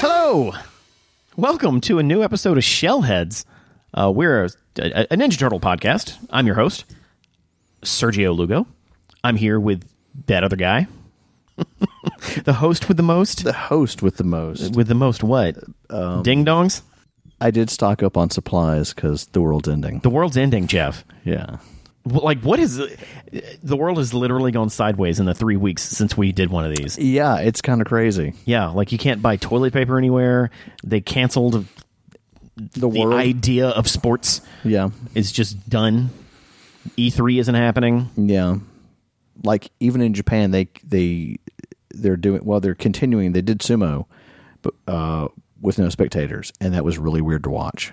Hello, welcome to a new episode of Shellheads. Uh, we're a, a, a Ninja Turtle podcast. I'm your host, Sergio Lugo. I'm here with that other guy, the host with the most, the host with the most. with the most what? Ding dongs. I did stock up on supplies because the world's ending. The world's ending, Jeff. Yeah. W- Like, what is the world has literally gone sideways in the three weeks since we did one of these. Yeah, it's kind of crazy. Yeah, like you can't buy toilet paper anywhere. They canceled The, the world. idea of sports. yeah. It's just done. E3 isn't happening. Yeah. Like even in Japan they they they're doing well they're continuing they did sumo but uh with no spectators and that was really weird to watch.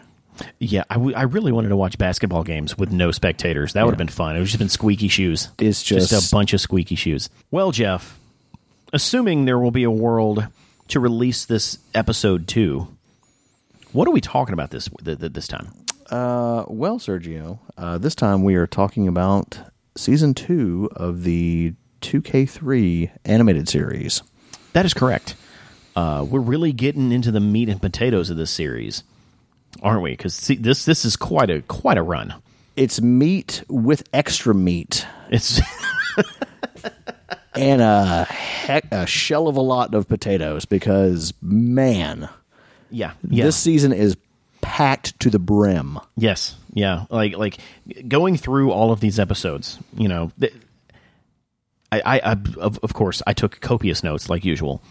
Yeah, I, w- I really wanted to watch basketball games with no spectators. That would have been fun. It would just been squeaky shoes. It's just- a bunch of squeaky shoes. Well, Jeff, assuming there will be a world to release this episode to, what are we talking about this th- th- this time? Uh, well, Sergio, uh, this time we are talking about season 2 of the 2K3 animated series. That is correct. Uh, we're really getting into the meat and potatoes of this series, aren't we? Because see, this this is quite a quite a run. It's meat with extra meat. It's and a heck, a shell of a lot of potatoes because man, yeah, yeah. this season is packed to the brim. Yes. Yeah. Like like going through all of these episodes, you know, th- I, I, I of, of course I took copious notes like usual.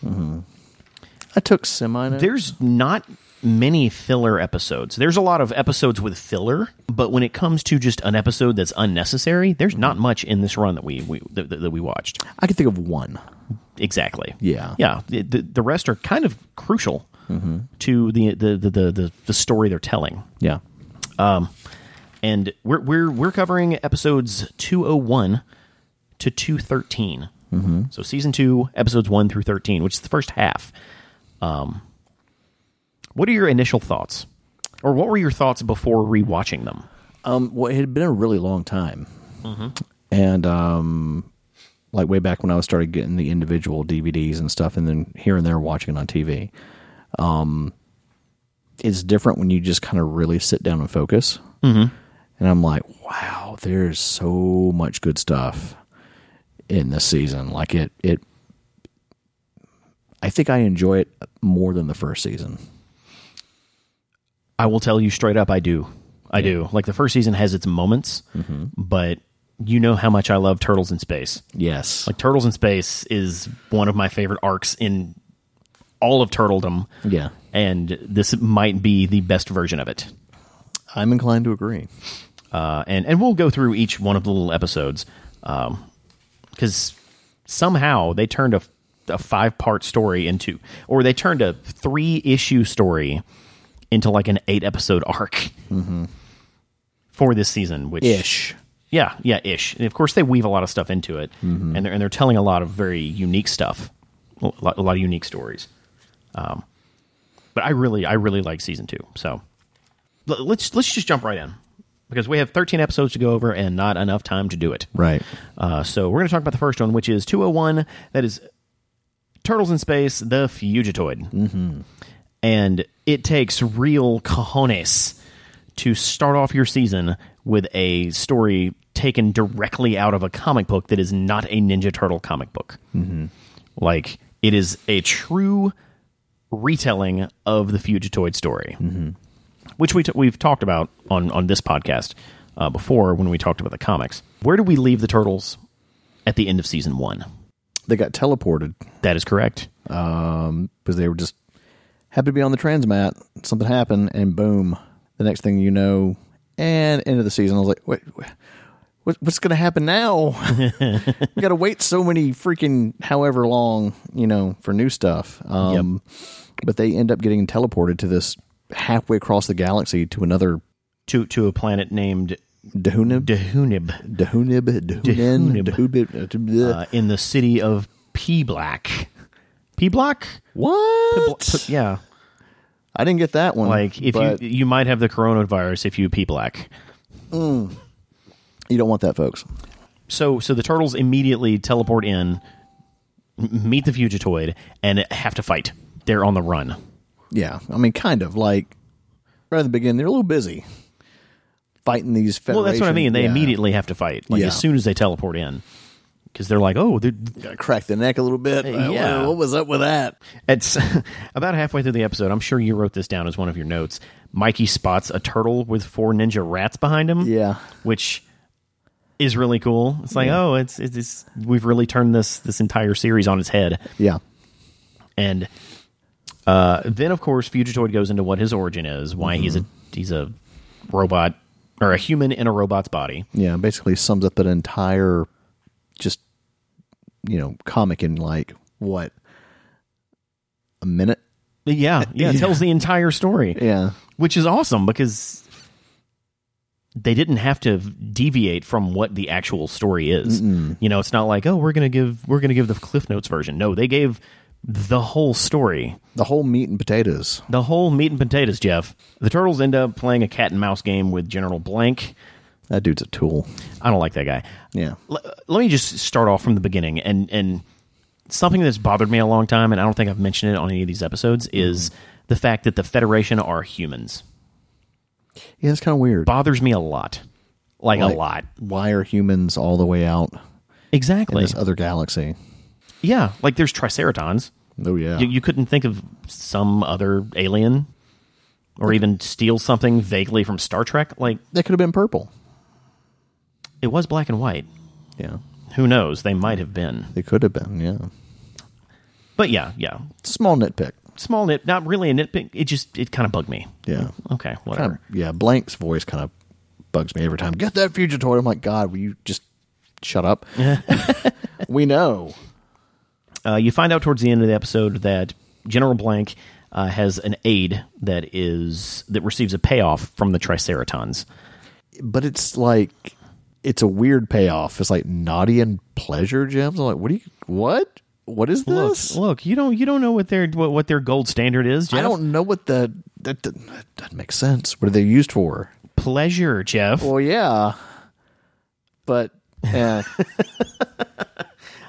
I took semi notes. There's not many filler episodes. There's a lot of episodes with filler, but when it comes to just an episode that's unnecessary, there's not much in this run that we, we that, that that we watched. I can think of one. Exactly. Yeah. Yeah. The, the, the rest are kind of crucial to the the, the the the the story they're telling. Yeah, and we're we're we're covering episodes 201 to 213 mm-hmm. so season 2 episodes 1 through 13 which is the first half um what are your initial thoughts or what were your thoughts before rewatching them um, well, it had been a really long time, Mm-hmm. and um, like way back when I started getting the individual DVDs and stuff, and then here and there watching it on TV. Um, it's different when you just kind of really sit down and focus. Mm-hmm. And I'm like, wow, there's so much good stuff in this season. Like it, it. I think I enjoy it more than the first season. i will tell you straight up i do i do like the first season has its moments but you know how much i love turtles in space Yes. like turtles in space is one of my favorite arcs in all of turtledom yeah. and this might be the best version of it. I'm inclined to agree. Uh, and and we'll go through each one of the little episodes because somehow they turned a, a five part story into, or they turned a three issue story into like an eight episode arc for this season, which Ish. yeah, yeah, ish. And of course, they weave a lot of stuff into it, and they're and they're telling a lot of very unique stuff, a lot, a lot of unique stories. Um, but I really, I really like season two. So l- let's let's just jump right in because we have 13 episodes to go over and not enough time to do it. Right. Uh, so we're going to talk about the first one, which is 201. That is Turtles in Space, The Fugitoid. Mm-hmm. And it takes real cojones to start off your season with a story taken directly out of a comic book that is not a Ninja Turtle comic book. Mm-hmm. Like, it is a true retelling of the Fugitoid story, mm-hmm. which we t- we've talked about on, on this podcast uh, before when we talked about the comics. Where do we leave the Turtles at the end of season one? They got teleported That is correct. because they were just happened to be on the transmat. Something happened, and boom. The next thing you know, and end of the season, I was like, wait, what, what's going to happen now? you got to wait so many freaking however long, you know, for new stuff. Um, But they end up getting teleported to this halfway across the galaxy to another To to a planet named Dehunib. Dehunib Dehunib, Dehunin, Dehubib, uh, in the city of P Black. P Block? what? Yeah. I didn't get that one. Like if but you you might have the coronavirus if you P Black. you don't want that, folks. So so the turtles immediately teleport in, m- meet the fugitoid, and have to fight. They're on the run. Yeah, I mean, kind of like right at the beginning, they're a little busy fighting these. Well, that's what I Federation- mean. They yeah. immediately have to fight, like Yeah. as soon as they teleport in, because they're like, "Oh, they're, Gotta crack the neck a little bit. Uh, yeah. yeah, what was up with that? It's about halfway through the episode. I'm sure you wrote this down as one of your notes. Mikey spots a turtle with four ninja rats behind him. Yeah. which is really cool. It's like, oh, it's, it's it's we've really turned this this entire series on its head. Yeah, And uh, then, of course, Fugitoid goes into what his origin is, why he's a Mm-hmm. he's a robot or a human in a robot's body. yeah. Basically, sums up an entire just you know comic in like what a minute. Yeah, yeah, it tells the entire story. Yeah, which is awesome because they didn't have to deviate from what the actual story is. You know, it's not like oh, we're gonna give we're gonna give the Cliff Notes version. No, they gave the whole story, the whole meat and potatoes. the whole meat and potatoes. Jeff, the turtles end up playing a cat and mouse game with General Blank. That dude's a tool. I don't like that guy. Yeah, L- let me just start off from the beginning and and something that's bothered me a long time, and I don't think I've mentioned it on any of these episodes, is Mm-hmm. the fact that the Federation are humans. yeah. It's kind of weird. Bothers me a lot, like a Like, lot. Why are humans all the way out in Exactly. this other galaxy? Yeah, like there's Triceratons. Oh yeah, You, you couldn't think of some other alien, or even steal something vaguely from Star Trek. Like that could have been purple. it was black and white. Yeah, Who knows? They might have been. they could have been. Yeah, But yeah, yeah. small nitpick. Small nit, not really a nitpick. It just it kind of bugged me. Yeah, Okay, whatever. Kind of- yeah. Blank's voice kind of bugs me every time. Get that fugitoid. I'm like, God, will you just shut up? we know. Uh, you find out towards the end of the episode that General Blank uh, has an aide that is that receives a payoff from the Triceratons. but it's like it's a weird payoff. It's like naughty and pleasure gems. I'm like, what do you what? What is Look, this? look, you don't you don't know what their what, what their gold standard is. Jeff. I don't know what the that, doesn't- that doesn't make sense. What are they used for? pleasure, Jeff. Well, yeah, but eh.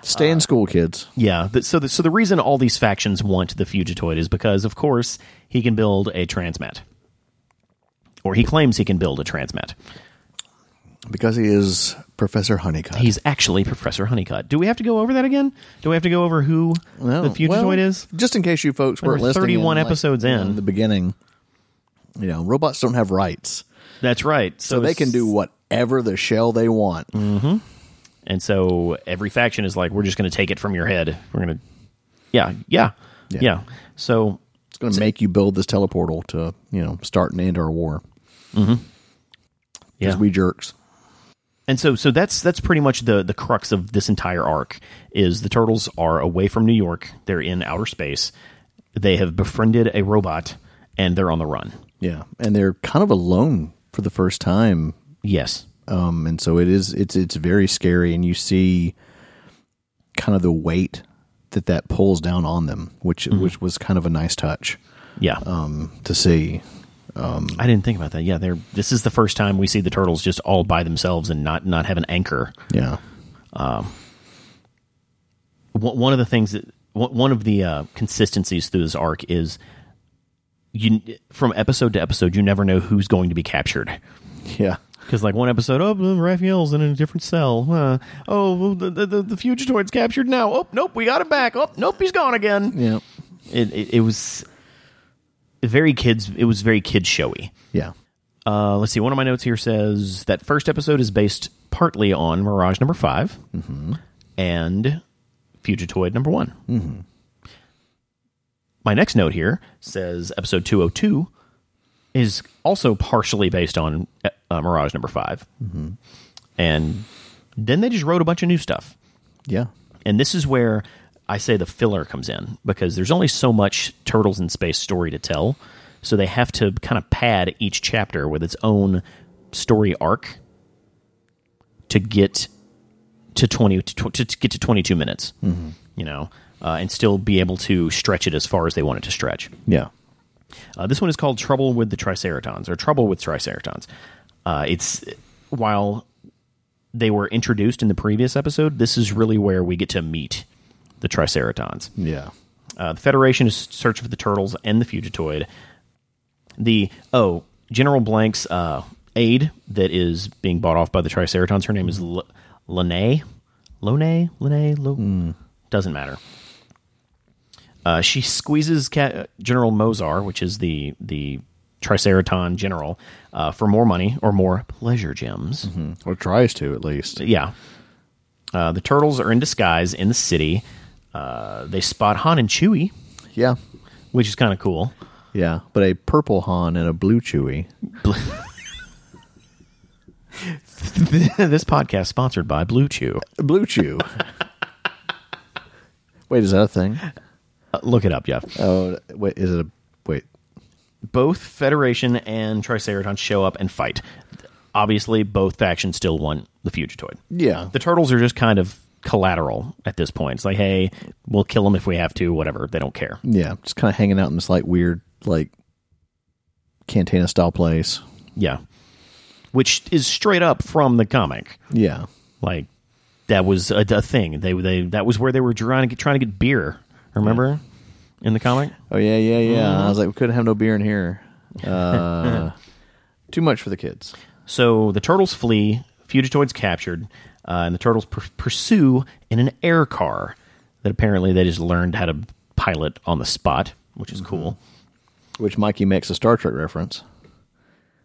stay Uh, in school, kids. Yeah. The, so, the, so the reason all these factions want the fugitoid is because, of course, he can build a transmet, or he claims he can build a transmet. Because he is Professor Honeycutt. He's actually Professor Honeycutt. Do we have to go over that again? Do we have to go over who No, the fugitoid well, is? Just in case you folks weren't We're listening, 31 like, episodes you know, in. the beginning, you know, robots don't have rights, That's right. So, so they can s- do whatever the shell they want. Mm-hmm. And so every faction is like, we're just going to take it from your head. We're going to, yeah, yeah, yeah, Yeah. So It's going to make you build this teleportal to, you know, start and end our war. yeah, Because we jerks. And so so that's that's pretty much the the crux of this entire arc is the turtles are away from New York. They're in outer space. They have befriended a robot and they're on the run. Yeah. And they're kind of alone for the first time. Yes. Um, and so it is, it's, it's very scary. And you see kind of the weight that that pulls down on them, which, which was kind of a nice touch, Yeah. um, to see. I didn't think about that. Yeah, they're this is the first time we see the turtles just all by themselves and not not have an anchor. Yeah. one one of the things that one one of the uh, consistencies through this arc is you from episode to episode you never know who's going to be captured. Yeah. Because like one episode, oh, Raphael's in a different cell. Huh. Oh, well, the, the the the fugitoid's captured now. Oh, nope, we got him back. Oh, nope, he's gone again. Yeah. It it, it was very kids. It was very kid showy. Yeah. Uh, let's see. One of my notes here says that first episode is based partly on Mirage number 5 and Fugitoid number one. Mm-hmm. My next note here says episode 202 is also partially based on uh, uh, Mirage number 5 And then they just wrote a bunch of new stuff. Yeah. And this is where I say the filler comes in because there's only so much Turtles in Space story to tell. So they have to kind of pad each chapter with its own story arc to get to 20 to, tw- to get to 22 minutes, you know, uh, and still be able to stretch it as far as they want it to stretch. Yeah. Uh, this one is called Trouble with the Triceratons or Trouble with Triceratons. Uh, it's while they were introduced in the previous episode, this is really where we get to meet the Triceratons. Yeah. Uh, the Federation is searching for the turtles and the fugitoid. The oh, General Blank's uh, aide that is being bought off by the Triceratons. Her name is L- Lene, Lone, Lene, Lo- doesn't matter. Uh, she squeezes Ca- uh, General Mozar, which is the the Triceraton general, uh, for more money or more pleasure gems. Or tries to, at least. Yeah. Uh, the turtles are in disguise in the city. Uh, they spot Han and Chewie, Yeah. which is kind of cool. Yeah. But a purple Han and a blue Chewy. this podcast sponsored by Blue Chew. Blue Chew. wait, is that a thing? Uh, look it up, Jeff. Oh, wait, is it a. Wait. Both Federation and Triceraton show up and fight. Obviously, both factions still want the Fugitoid. Yeah. The turtles are just kind of collateral at this point. It's like, hey, we'll kill them if we have to, whatever. They don't care. Yeah. Just kind of hanging out in this, like, weird, like, cantina style place. Yeah. Which is straight up from the comic. Yeah. Like that was a, a thing. They they that was where they were trying to get trying to get beer. Remember in the comic? Oh yeah, yeah, yeah. I was like, we couldn't have no beer in here. Uh, too much for the kids. So the turtles flee, fugitoids captured, uh, and the turtles pur- pursue in an air car that apparently they just learned how to pilot on the spot, which Mm-hmm. is cool. Which Mikey makes a Star Trek reference.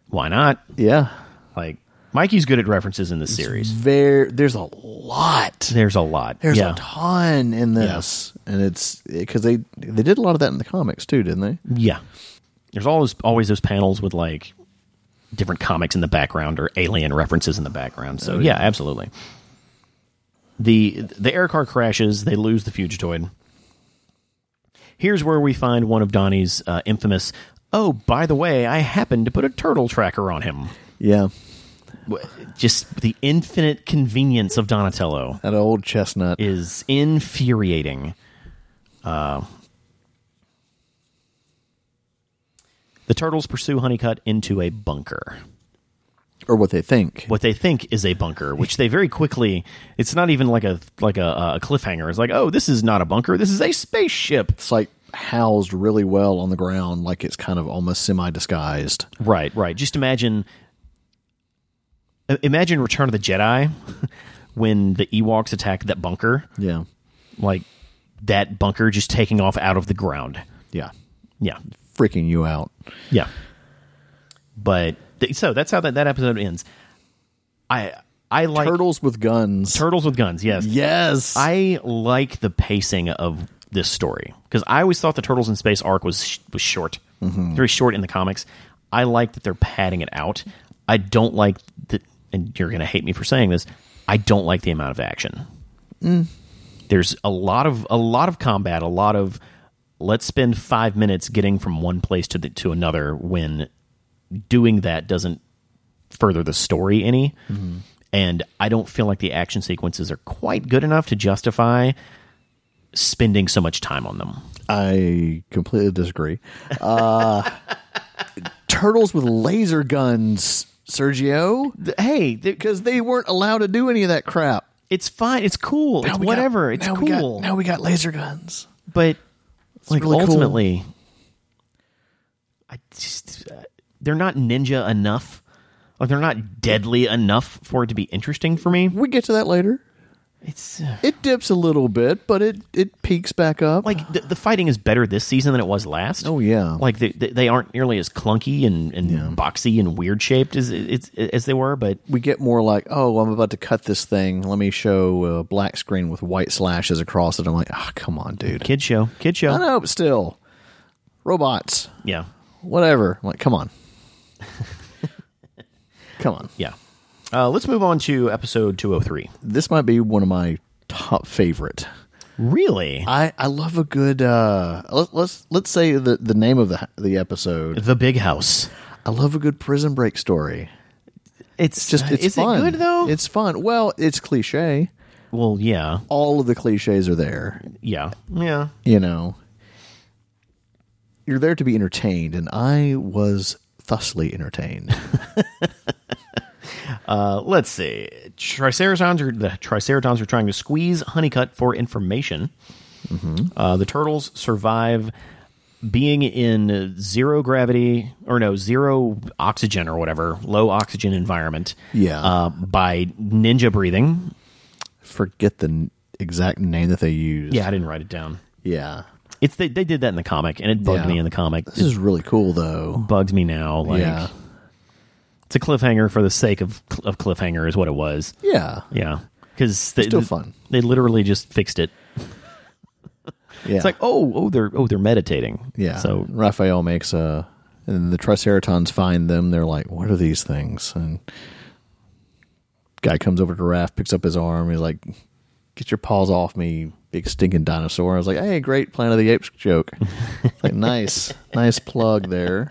Why not? Yeah, Like Mikey's good at references in this series. there. There's a lot. There's a lot. There's yeah. a ton in this, and it's because they they did a lot of that in the comics too, didn't they? Yeah. There's always always those panels with like different comics in the background or alien references in the background. So Oh, yeah, absolutely. The the air car crashes, they lose the fugitoid. Here's where we find one of Donnie's uh, infamous Oh, by the way, I happened to put a turtle tracker on him. Yeah, W- Just the infinite convenience of Donatello that old chestnut. is infuriating. Uh, the turtles pursue Honeycutt into a bunker. or what they think. What they think is a bunker, which they very quickly—it's not even like a like a, a cliffhanger. It's like, oh, this is not a bunker. This is a spaceship. It's like housed really well on the ground, like it's kind of almost semi disguised. Right, right. Just imagine, i- imagine Return of the Jedi when the Ewoks attack that bunker, Yeah, like that bunker just taking off out of the ground. yeah, Yeah, freaking you out. Yeah. But th- so that's how that, that episode ends. I I like Turtles with guns. turtles with guns. Yes. yes, I like the pacing of this story because I always thought the turtles in space arc was sh- was short, very short in the comics. I like that they're padding it out. I don't like that, and you're going to hate me for saying this. I don't like the amount of action. There's a lot of a lot of combat, a lot of let's spend five minutes getting from one place to the, to another when doing that doesn't further the story any. And I don't feel like the action sequences are quite good enough to justify spending so much time on them. I completely disagree. Uh, turtles with laser guns, Sergio, Hey, th- because they weren't allowed to do any of that crap. it's fine. It's cool. it's whatever. it's now cool. now we got laser guns. but like really cool. ultimately, I just uh, they're not ninja enough. Like they're not deadly enough for it to be interesting for me. We get to that later. It's uh, It dips a little bit, but it it peaks back up. like the, the fighting is better this season than it was last. oh yeah, like they, they they aren't nearly as clunky and, and boxy and weird shaped as it's as they were but we get more like oh, I'm about to cut this thing. Let me show a black screen with white slashes across it. I'm like, ah, come on, dude. kid show kid I show know, but still, robots, yeah whatever. I'm like, come on, come on. yeah uh, let's move on to episode 203 this might be one of my top favorite. really I, I love a good uh let's let's, let's say the, the name of the the episode. the big house I love a good prison break story. it's Just it's Uh, is fun. it good though It's fun. Well, it's cliche. well yeah All of the cliches are there. yeah yeah You know, you're there to be entertained, and I was thusly entertained. uh, let's see triceratons are the triceratons are trying to squeeze honeycut for information Mm-hmm. Uh, the turtles survive being in zero gravity or no zero oxygen or whatever low oxygen environment. Yeah. uh, by ninja breathing. Forget the n- exact name that they used. Yeah, I didn't write it down. Yeah. It's they, they did that in the comic, and it bugged Yeah. me in the comic. This is really cool, though. bugs me now. Like, yeah. it's a cliffhanger for the sake of cl- of cliffhanger is what it was. Yeah. Yeah, because they, Still fun. They literally just fixed it. Yeah. It's like oh oh they're oh they're meditating. yeah. So Raphael makes a. And the Triceratons find them. They're like, what are these things? And guy comes over to Raph, picks up his arm. He's like, get your paws off me, big stinking dinosaur. I was like, hey, great Planet of the Apes joke. like, nice. Nice plug there.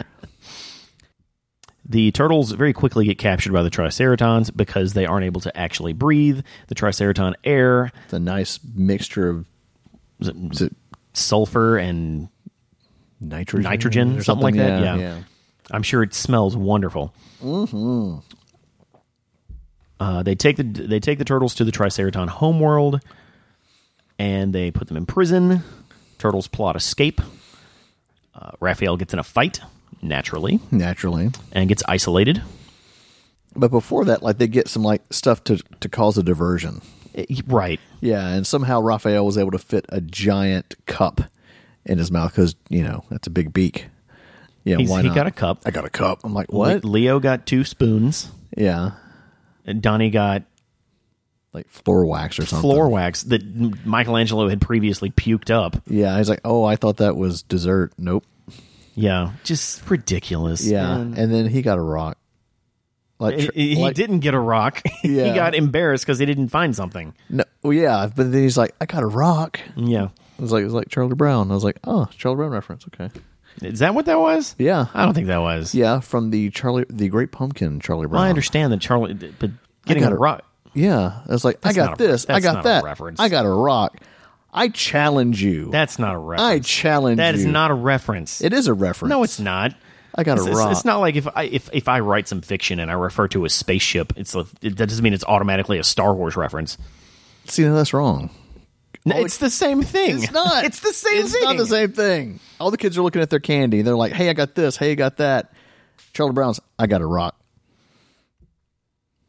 the turtles very quickly get captured by the Triceratons because they aren't able to actually breathe. The Triceraton air, It's a nice mixture of is it sulfur, and nitrogen. Nitrogen, or something like that, yeah. yeah. I'm sure it smells wonderful. Mm-hmm. Uh, they take the they take the turtles to the Triceraton homeworld, and they put them in prison. Turtles plot escape. Uh, Raphael gets in a fight naturally Naturally. and gets isolated. But before that, like they get some like stuff to to cause a diversion. Eh, Right. Yeah, and somehow Raphael was able to fit a giant cup in his mouth because you know that's a big beak. Yeah, He's, why he not? got a cup. I got a cup. I'm like, what? Le- Leo got two spoons. yeah, And Donnie got like floor wax or something. floor wax that M- Michelangelo had previously puked up. Yeah, he's like, oh, I thought that was dessert. Nope. Yeah, just ridiculous. Yeah, man. and then he got a rock. Like, He- tr- he like- didn't get a rock. he Yeah. got embarrassed because he didn't find something. No, well, yeah, but then he's like, I got a rock. Yeah. It was like, it was like Charlie Brown. I was like, oh, Charlie Brown reference. Okay. Is that what that was? Yeah, I don't think that was. yeah, from the Charlie, the Great Pumpkin, Charlie Brown. Well, I understand that Charlie, but getting got a it. rock. Yeah, it's like I got not a- this, I that's got not a that, reference. I got a rock. I challenge you. That's not a I reference. challenge That you. is not a reference. It is a reference. no, it's not. I got It's, a it's- rock. it's not like if I if, if I write some fiction and I refer to a spaceship, it's a, it, that doesn't mean it's automatically a Star Wars reference. See, no, that's wrong. No, it's the same thing. Oh, It's not. it's the same It's thing. not the same thing. All the kids are looking at their candy. and They're like, "Hey, I got this. Hey, I got that." Charlie Brown's. I got a rock.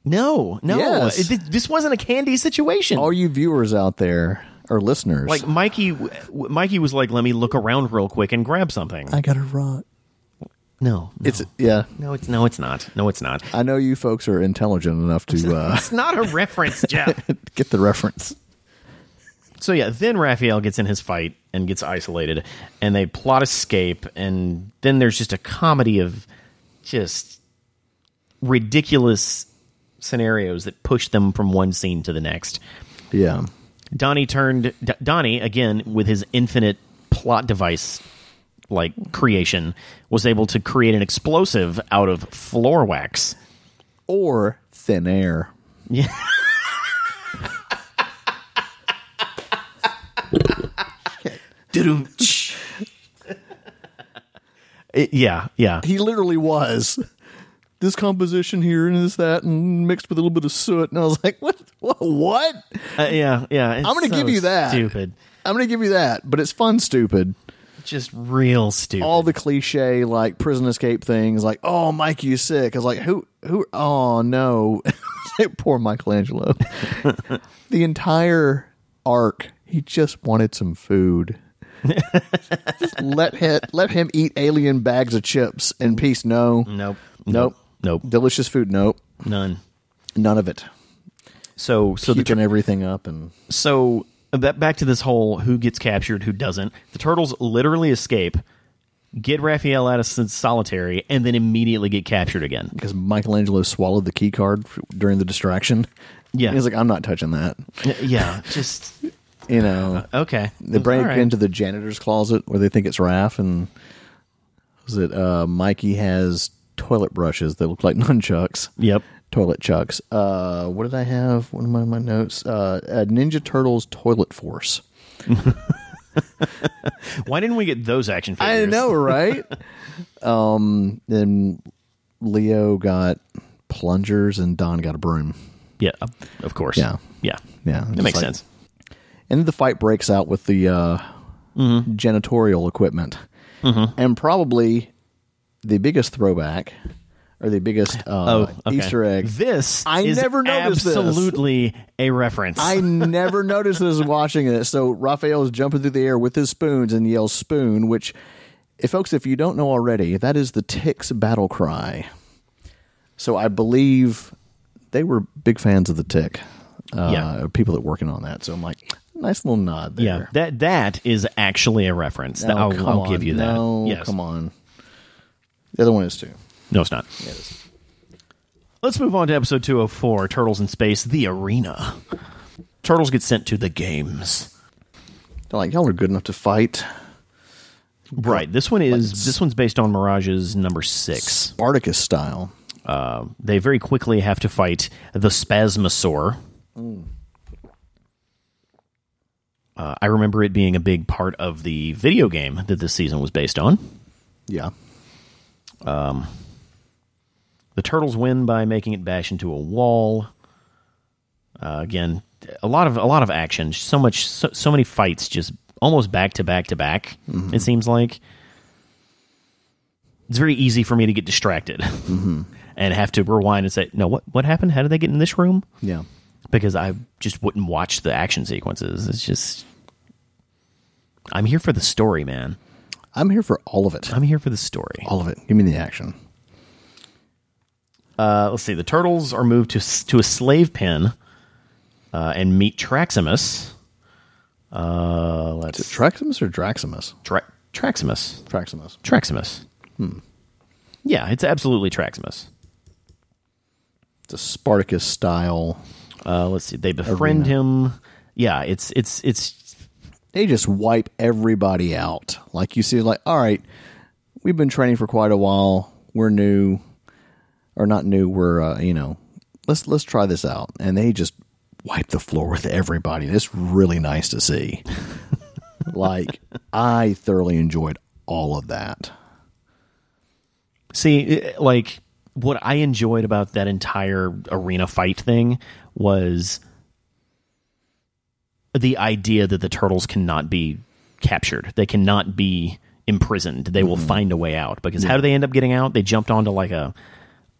No, no. Yes. Oh, It- th- this wasn't a candy situation. All you viewers out there or listeners, like Mikey, w- Mikey was like, "Let me look around real quick and grab something." I got a rock. no, no, It's yeah. no, it's no, it's not. No, it's not. I know you folks are intelligent enough to uh, It's not a reference, Jeff. get the reference. so yeah, then Raphael gets in his fight and gets isolated, and they plot escape, and then there's just a comedy of just ridiculous scenarios that push them from one scene to the next. Yeah. Donnie turned D- Donnie again with his infinite plot device like creation was able to create an explosive out of floor wax. Or thin air. It- yeah, yeah. he literally was this composition here and this that and mixed with a little bit of soot and i was like what what, what? Uh, yeah, yeah. It's i'm gonna so give you that Stupid. i'm gonna give you that but it's fun stupid Just real stupid. all the cliche like prison escape things like oh mikey is sick i was like who who oh no poor michelangelo the entire arc he just wanted some food Just let him let him eat alien bags of chips in peace no nope. Nope. Mm. Nope. delicious food nope None. none of it So so the keeping everything up and so ba- back to this whole who gets captured, who doesn't. The turtles literally escape, get Raphael out of s- solitary, and then immediately get captured again. because Michelangelo swallowed the key card f- during the distraction. Yeah. he's like, I'm not touching that. yeah, just You know, okay. they break Uh, All right. into the janitor's closet where they think it's Raph, and was it uh, Mikey has toilet brushes that look like nunchucks. Yep. Toilet chucks. Uh, what did I have? One of my, my notes. Uh, uh, Ninja Turtles toilet force. Why didn't we get those action figures? right? um, then Leo got plungers, and Don got a broom. Yeah, of course. Yeah. yeah. Yeah, It makes like- sense. And the fight breaks out with the uh, Mm-hmm. janitorial equipment. And probably the biggest throwback or the biggest uh, Oh, okay. Easter egg. This I is never noticed this. absolutely a reference. I never noticed this watching it. So Raphael is jumping through the air with his spoons and yells "spoon," which, if folks, if you don't know already, that is the Ticks battle cry. So I believe they were big fans of the Tick. Uh, Yeah. people that working on that. So I'm like, nice little nod there. yeah, that that is actually a reference. That- I'll, Oh, come I'll on. give you that. No, yes. come on. The other one is too. No, it's not. Let's move on to episode 204 Turtles in Space, the arena. Turtles get sent to the games. They're like, y'all are good enough to fight. Right. This one is this one's based on Mirage's number 6. Spartacus style. Uh, they very quickly have to fight the Spasmosaur. Hmm. Uh, I remember it being a big part of the video game that this season was based on. Yeah. The turtles win by making it bash into a wall. Uh, again, a lot of a lot of action. So much, so, so many fights, just almost back to back to back. It seems like it's very easy for me to get distracted and have to rewind and say, "No, what what happened? How did they get in this room?" Yeah. Because I just wouldn't watch the action sequences. It's just I'm here for the story, man. I'm here for all of it. I'm here for the story. All of it. Give me the action. Uh, let's see. The turtles are moved to s- to a slave pen uh, and meet Traximus. Uh, Is it let's Traximus or Draximus? tra- Traximus. Traximus. Traximus. Hmm. Yeah, it's absolutely Traximus. It's a Spartacus style. Uh, let's see. They befriend him. Yeah, it's it's it's They just wipe everybody out. Like you see, like, all right, we've been training for quite a while. We're new, or not new. We're uh, you know, let's let's try this out. And they just wipe the floor with everybody. It's really nice to see. like I thoroughly enjoyed all of that. see it- like what I enjoyed about that entire arena fight thing was the idea that the turtles cannot be captured. They cannot be imprisoned. They Mm-hmm. will find a way out because how do they end up getting out? They jumped onto like a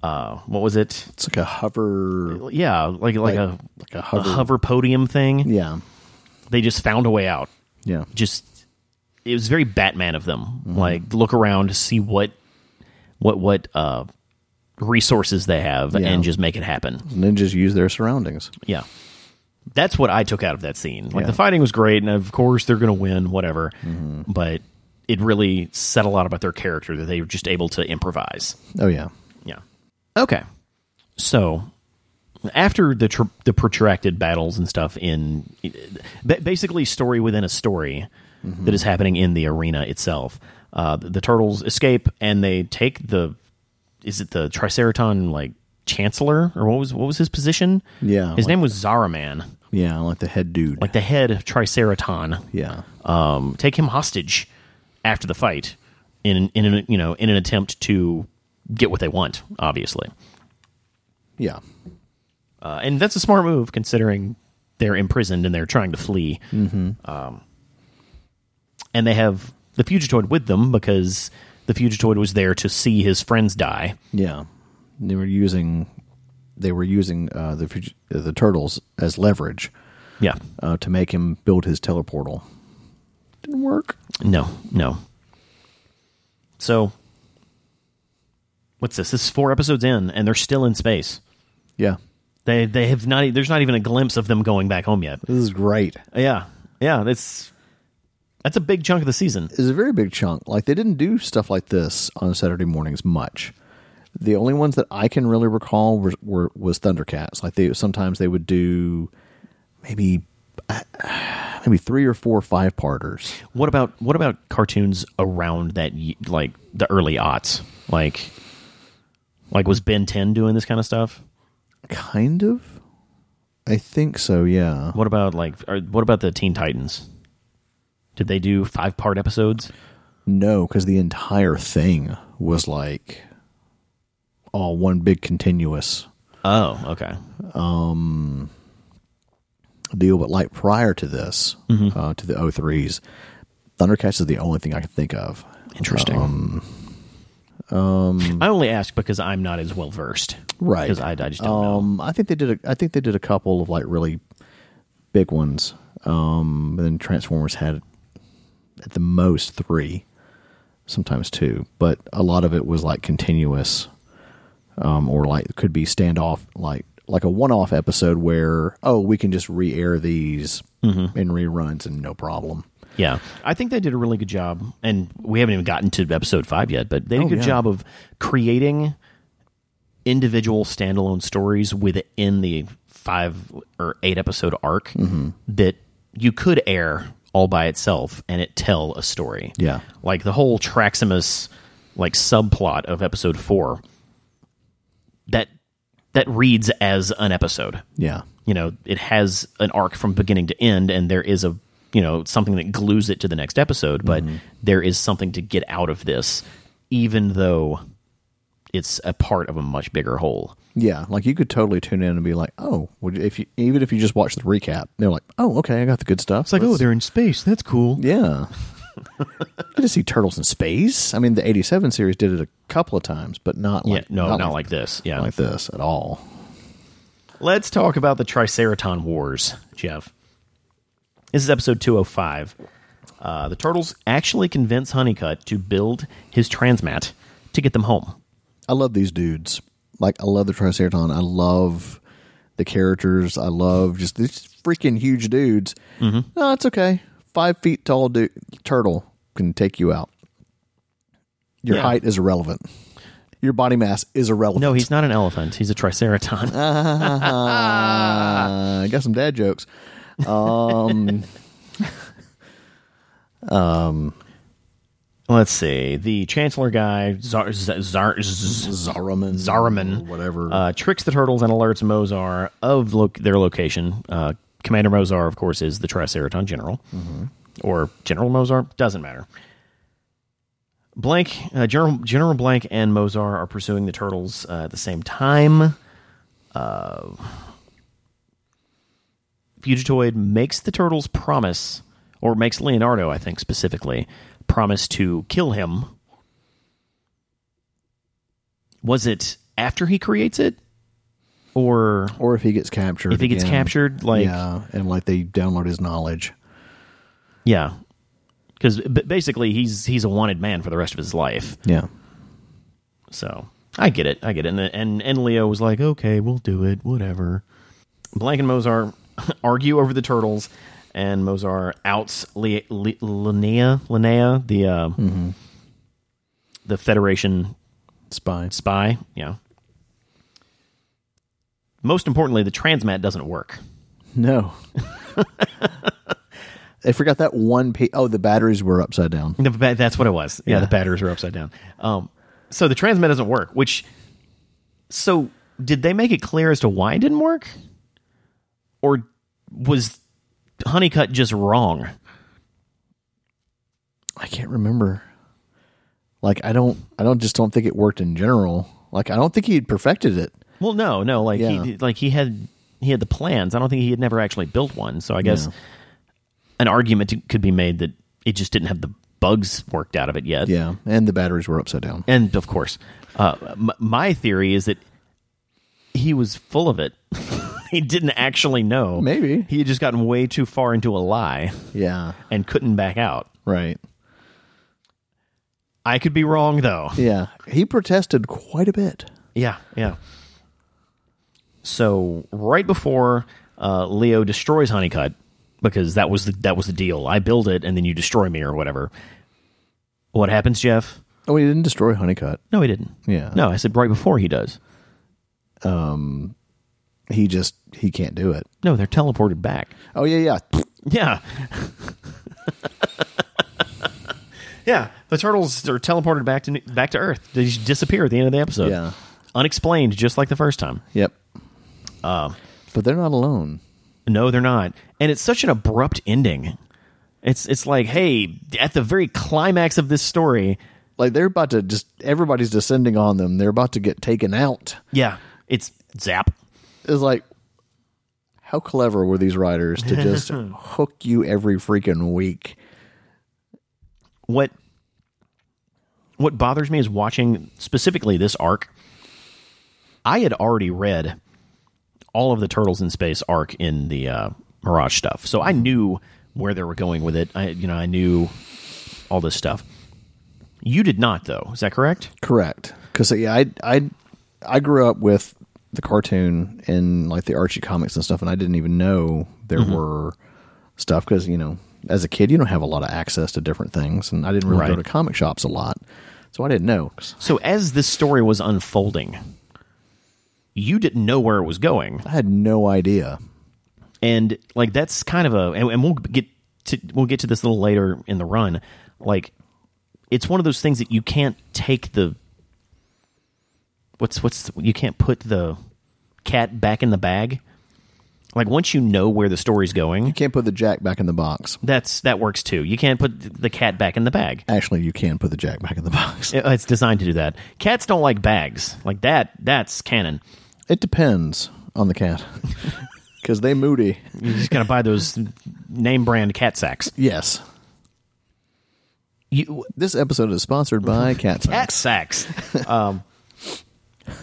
uh, what was it? It's like a hover, Yeah, like like, a like a a hover. hover podium thing. yeah, They just found a way out. yeah. Just it was very Batman of them. Mm-hmm. Like look around, see what what what uh resources they have Yeah. and just make it happen. Ninjas use their surroundings. Yeah. That's what I took out of that scene. Like Yeah. Mm-hmm. the fighting was great, and of course they're going to win, whatever. But it really said a lot about their character that they were just able to improvise. Oh yeah. Yeah. Okay. So after the tr- the protracted battles and stuff in ba- basically story within a story Mm-hmm. that is happening in the arena itself, uh, the, the turtles escape and they take the is it the Triceraton like chancellor or what was what was his position? Yeah, his like- name was Zaraman, Yeah, like the head dude. like the head Triceraton yeah. um, take him hostage after the fight in in an, you know in an attempt to get what they want, obviously. Yeah. Uh, and that's a smart move considering they're imprisoned and they're trying to flee. Um, and they have the fugitoid with them because the fugitoid was there to see his friends die. Yeah. They were using they were using uh, the fug- uh, the turtles as leverage Yeah. uh, to make him build his teleportal. Didn't work. No, no. So, what's this? This is four episodes in, and they're still in space. Yeah. They they have not. e, There's not even a glimpse of them going back home yet. This is great. Yeah, yeah. That's that's a big chunk of the season. It's a very big chunk. Like they didn't do stuff like this on Saturday mornings much. The only ones that I can really recall were, were was Thundercats. Like they sometimes they would do maybe uh, maybe three or four five parters. What about what about cartoons around that ye- like the early aughts? Like like was Ben 10 doing this kind of stuff? Kind of. I think so. Yeah. What about like or what about the Teen Titans? Did they do five part episodes? No, because the entire thing was like all one big continuous. Oh, okay. deal, but like prior to this, uh, to the O3s, Thundercats is the only thing I can think of. Interesting. Um, I only ask because I'm not as well versed. Right. Because I, I just don't know. Um, I think they did. A, I think they did a couple of like really big ones. Um, and then Transformers had at the most three, sometimes two, but a lot of it was like continuous, um, or like could be standoff, like like a one-off episode where oh we can just re-air these Mm-hmm. in reruns and no problem. Yeah. I think they did a really good job. And we haven't even gotten to episode five yet, but they did a Oh, good yeah. job of creating individual standalone stories within the five or eight episode arc Mm-hmm. that you could air all by itself and it tell a story. Yeah. Like the whole Traximus like subplot of episode four that that reads as an episode Yeah, you know it has an arc from beginning to end and there is a you know something that glues it to the next episode but there is something to get out of this even though it's a part of a much bigger whole yeah. Like you could totally tune in and be like, oh, would you- if you even if you just watch the recap, they're like, oh, okay, I got the good stuff. It's oh, they're in space that's cool Yeah. I just see turtles in space. I mean, the '87 series did it a couple of times, but not yeah like no not, like, this yeah like this at all. let's talk about the triceraton wars jeff this is episode 205 uh, the turtles actually convince honeycutt to build his transmat to get them home I love these dudes. Like, I love the Triceraton. I love the characters. I love just these freaking huge dudes. Mm-hmm. No, it's okay. Five feet tall dude, turtle can take you out. Your Yeah. height is irrelevant. Your body mass is irrelevant. no he's not an elephant he's a triceraton Uh, I got some dad jokes. Um, Let's see. The Chancellor guy, Zar, Z- Zar, Z- Zaraman. Zaraman. Whatever. uh, tricks the turtles and alerts Mozar of lo- their location. Uh, Commander Mozar, of course, is the Triceraton General. Mm-hmm. Or General Mozar. Doesn't matter. Blank, uh, General, General Blank and Mozar are pursuing the turtles uh, at the same time. Uh, Fugitoid makes the turtles promise, or makes Leonardo, I think specifically, promise to kill him was it after he creates it or or if he gets captured. if he gets again. captured like yeah, yeah, and like they download his knowledge. because basically he's he's a wanted man for the rest of his life Yeah. so i get it i get it and and, and leo was like okay we'll do it whatever blank and mozart argue over the turtles and mozart outs Le- Le- linnea linnea the uh, the federation Spy. spy yeah most importantly the transmat doesn't work No. I forgot that one piece. Oh, the batteries were upside down. The ba- that's what it was. Yeah, Yeah. the batteries were upside down. Um, so the transmit doesn't work. Which, so did they make it clear as to why it didn't work, or was Honeycutt just wrong? I can't remember. Like I don't, I don't just don't think it worked in general. Like I don't think he had perfected it. Well, no, no. Like he, Yeah. like he had he had the plans. I don't think he had never actually built one. So I guess No. an argument could be made that it just didn't have the bugs worked out of it yet. Yeah, and the batteries were upside down. And of course, uh, m- my theory is that he was full of it. he didn't actually know. Maybe. he had just gotten way too far into a lie Yeah, and couldn't back out. right. I could be wrong though. Yeah, he protested quite a bit. Yeah, yeah. So right before uh, Leo destroys Honeycutt, because that was the, that was the deal. I build it, and then you destroy me or whatever. What happens, Jeff? Oh, he didn't destroy Honeycutt. No, he didn't. Yeah. No, I said right before he does. He just he can't do it. No, they're teleported back. Oh yeah, yeah. Yeah. yeah, the turtles are teleported back to back to Earth. They just disappear at the end of the episode. Yeah. Unexplained, just like the first time. Yep. Um. but they're not alone. No, they're not. And it's such an abrupt ending. It's it's like, hey, at the very climax of this story, Like they're about to just everybody's descending on them. They're about to get taken out. yeah, it's zap. It's like how clever were these writers to just hook you every freaking week? what what bothers me is watching specifically this arc. I had already read all of the Turtles in Space arc in the uh, Mirage stuff, so I knew where they were going with it. I you know I knew all this stuff. You did not, though. Is that correct? Correct. Because yeah, I I I grew up with the cartoon and like the Archie comics and stuff, and I didn't even know there were stuff because you know as a kid you don't have a lot of access to different things, and I didn't really go Right. to comic shops a lot, so I didn't know. So as this story was unfolding, you didn't know where it was going. I had no idea. and like that's kind of a and, and we'll get to we'll get to this a little later in the run like it's one of those things that you can't take the what's what's you can't put the cat back in the bag like once you know where the story's going Can't put the jack back in the box. that's that works too you can't put th- the cat back in the bag Actually, you can put the jack back in the box. It- it's designed to do that cats don't like bags like that that's canon It depends on the cat because they moody. you just gotta buy those name brand cat sacks Yes. you This episode is sponsored by Cat Sacks. at sex. um,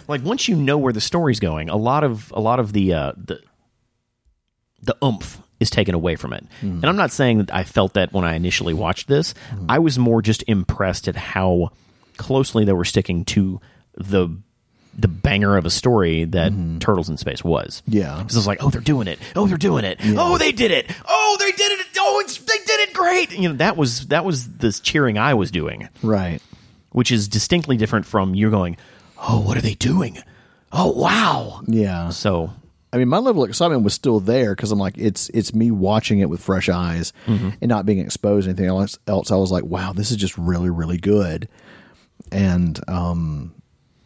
like once you know where the story's going, a lot of a lot of the uh, the the oomph is taken away from it. And I'm not saying that I felt that when I initially watched this. I was more just impressed at how closely they were sticking to the the banger of a story that Turtles in Space was. Yeah. Because it's like, oh, they're doing it. Oh, they're doing it. Oh, they did it. Oh, they did it. Oh, it's, they did it great. You know, that was that was this cheering I was doing Right. which is distinctly different from you're going, oh, what are they doing? Oh, wow. Yeah. So, I mean, my level of excitement was still there because I'm like, it's it's me watching it with fresh eyes and not being exposed to anything else. Else, I was like, wow, this is just really, really good, and um,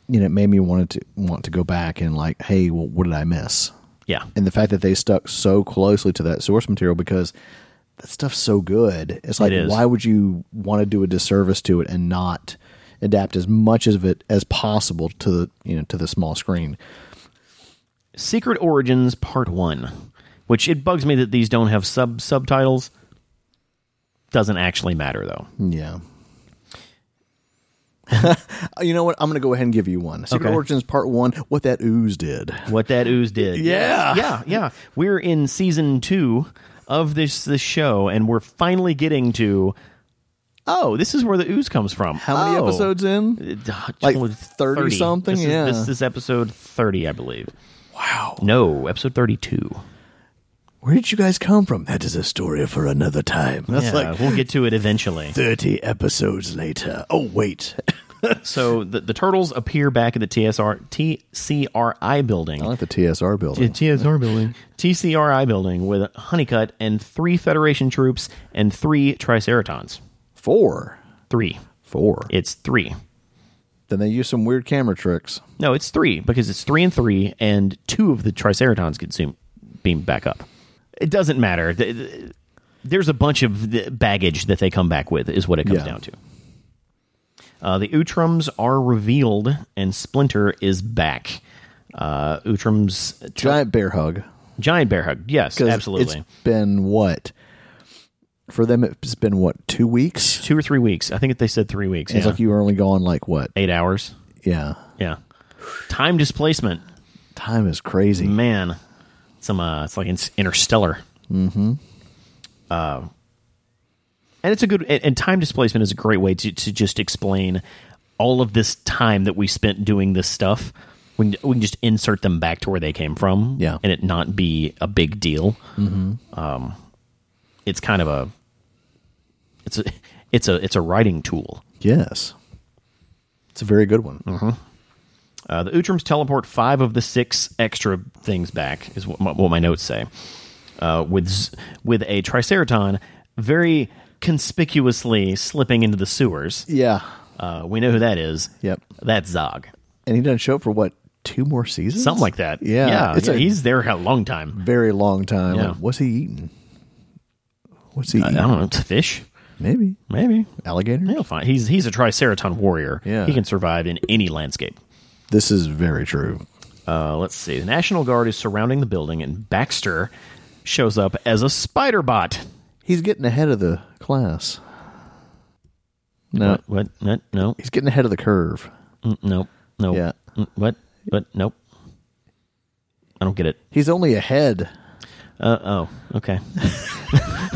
you know, it made me wanted to want to go back and like, hey, well, what did I miss? yeah. And the fact that they stuck so closely to that source material because that stuff's so good, it's like, is. why would you want to do a disservice to it and not adapt as much of it as possible to the you know to the small screen? Secret Origins Part 1, which it bugs me that these don't have sub subtitles. Doesn't actually matter, though. Yeah. you know what? I'm going to go ahead and give you one. Secret Okay. Origins Part 1, what that ooze did. What that ooze did. Yeah. Yeah, yeah. We're in season two of this, this show, and we're finally getting to, oh, this is where the ooze comes from. How many Oh. episodes in? Uh, Like 20, 30 something? This is- Yeah. this is episode 30, I believe. Wow. No, episode 32. Where did you guys come from? That is a story for another time. That's yeah, like we'll get to it eventually. 30 episodes later. Oh, wait. So the, the turtles appear back at the TSR TCRI building. I like the TSR building. TSR building. TCRI building with Honeycutt and three Federation troops and three Triceratons. Four. Three. Four. It's three. Then they use some weird camera tricks. No, it's three because it's three and three, and two of the Triceratons get zoom beamed back up. It doesn't matter. Th- th- There's a bunch of th- baggage that they come back with, is what it comes Yeah. down to. Uh, the Utrums are revealed, and Splinter is back. Uh, Utrums Giant bear hug. giant bear hug. Yes, 'Cause absolutely. It's been what? For them, it's been what, two weeks? Two or three weeks. I think they said three weeks. It's yeah. like you were only gone like what? Eight hours. Yeah. Yeah. Time displacement. Time is crazy. man some uh it's like in- interstellar mm-hmm uh and it's a good and, and time displacement is a great way to, to just explain all of this time that we spent doing this stuff we can, we can just insert them back to where they came from Yeah. and it not be a big deal mm-hmm. um it's kind of a it's a it's a it's a writing tool Yes. It's a very good one. Mm-hmm. Uh, the Utrams teleport five of the six extra things back, is what my, what my notes say. Uh, with z- with a Triceraton very conspicuously slipping into the sewers. Yeah. Uh, we know who that is. Yep. That's Zog. And he doesn't show up for what, two more seasons? Something like that. Yeah. Yeah. It's yeah, a- he's there a long time. Very long time. Yeah. Uh, Like, what's he eating? What's he I eating? don't know. It's fish? Maybe. Maybe. Alligator? He'll find. He's, he's a Triceraton warrior. Yeah. He can survive in any landscape. This is very true. Uh, let's see. The National Guard is surrounding the building, and Baxter shows up as a spider bot. He's getting ahead of the class. No, What? What? No. No. he's getting ahead of the curve. Mm, No. No. Yeah. Mm, What? What? Nope. I don't get it. He's only ahead. Uh oh. Okay.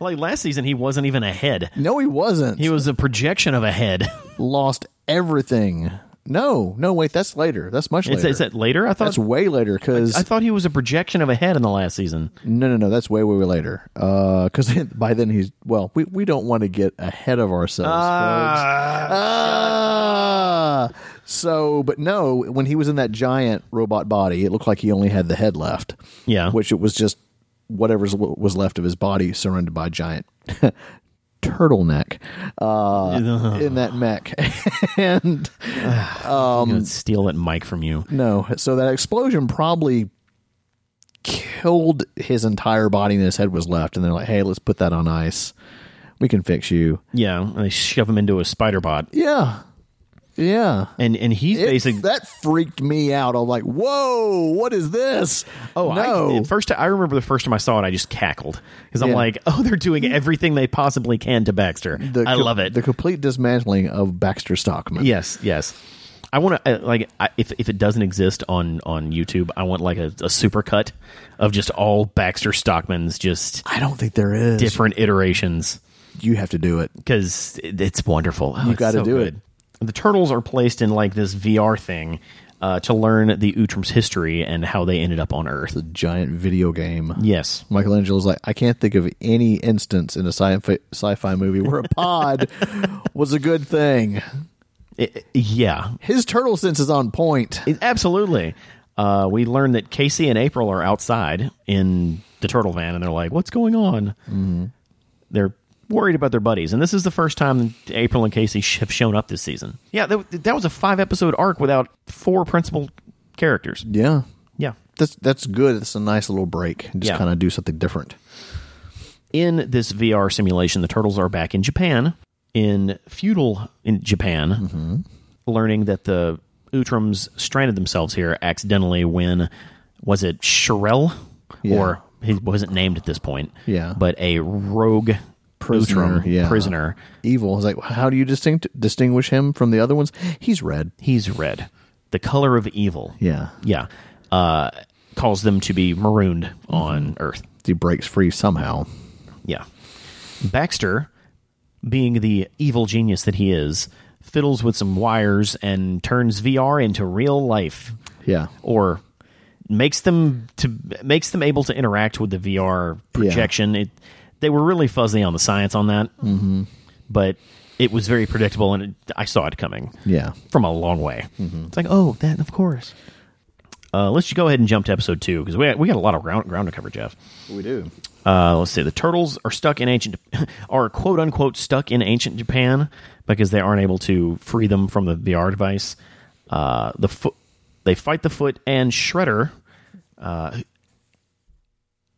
like last season, he wasn't even a head. No, he wasn't. He He was a projection of a head. lost everything. No, no, wait, that's later. That's much Is, later. is that later? I thought. that's way later because I thought he was a projection of a head in the last season. no, no, no. That's way, way, way later. Because by then he's well. We we don't want to get ahead of ourselves. folks. Ah. So, but no, when he was in that giant robot body, it looked like he only had the head left. Yeah. Which it was just whatever was left of his body surrounded by a giant turtleneck uh, in that mech. and Um, I'm gonna steal that mic from you. no, so that explosion probably killed his entire body and his head was left. And they're like, hey, let's put that on ice. We can fix you. Yeah, and they shove him into a spider bot, Yeah. Yeah. and and he's It- basically. that freaked me out. I'm like, whoa, what is this? Oh, I, no, the first I remember the first time I saw it, I just cackled because I'm Yeah. like, "Oh, they're doing everything they possibly can to Baxter." The I co- love it. The complete dismantling of Baxter Stockman. Yes, yes. I want to like I, if if it doesn't exist on on YouTube, I want like a, a super cut of just all Baxter Stockman's just I don't think there is. different iterations You have to do it. because it, it's wonderful. you gotta do it. The turtles are placed in like this VR thing uh, to learn the Utrams' history and how they ended up on Earth. Giant video game. Yes, Michelangelo's like, I can't think of any instance in a sci-fi, sci-fi movie where a pod was a good thing. It- yeah, His turtle sense is on point. It- absolutely. Uh, we learn that Casey and April are outside in the turtle van, and they're like, "What's going on?" Mm-hmm. They're worried about their buddies, and this is the first time April and Casey sh- have shown up this season. Yeah, that, that was a five episode arc without four principal characters. Yeah, Yeah. that's that's good. It's a nice little break. Just Yeah. kind of do something different. In this VR simulation, the turtles are back in Japan, in feudal in Japan, Mm-hmm. learning that the Utrams stranded themselves here accidentally when was it Shirel Yeah. or he wasn't named at this point. Yeah. but a rogue Prisoner, Utram yeah. prisoner. Evil is like, how do you distinct distinguish him from the other ones? He's red. He's red, the color of evil. Yeah. yeah. Uh, calls them to be marooned Mm-hmm. on Earth. He breaks free somehow. Yeah. Baxter, being the evil genius that he is, fiddles with some wires and turns VR into real life Yeah. or makes them to makes them able to interact with the VR projection. It, they were really fuzzy on the science on that. Mm-hmm. But it was very predictable and it, I saw it coming Yeah. from a long way. It's like, "Oh, that of course." Uh, let's just go ahead and jump to episode two because we, we got a lot of ground, ground to cover, Jeff. We do. Uh, let's see. The turtles are stuck in ancient, are quote unquote stuck in ancient Japan because they aren't able to free them from the VR device. Uh, the foot, they fight the foot and Shredder, uh,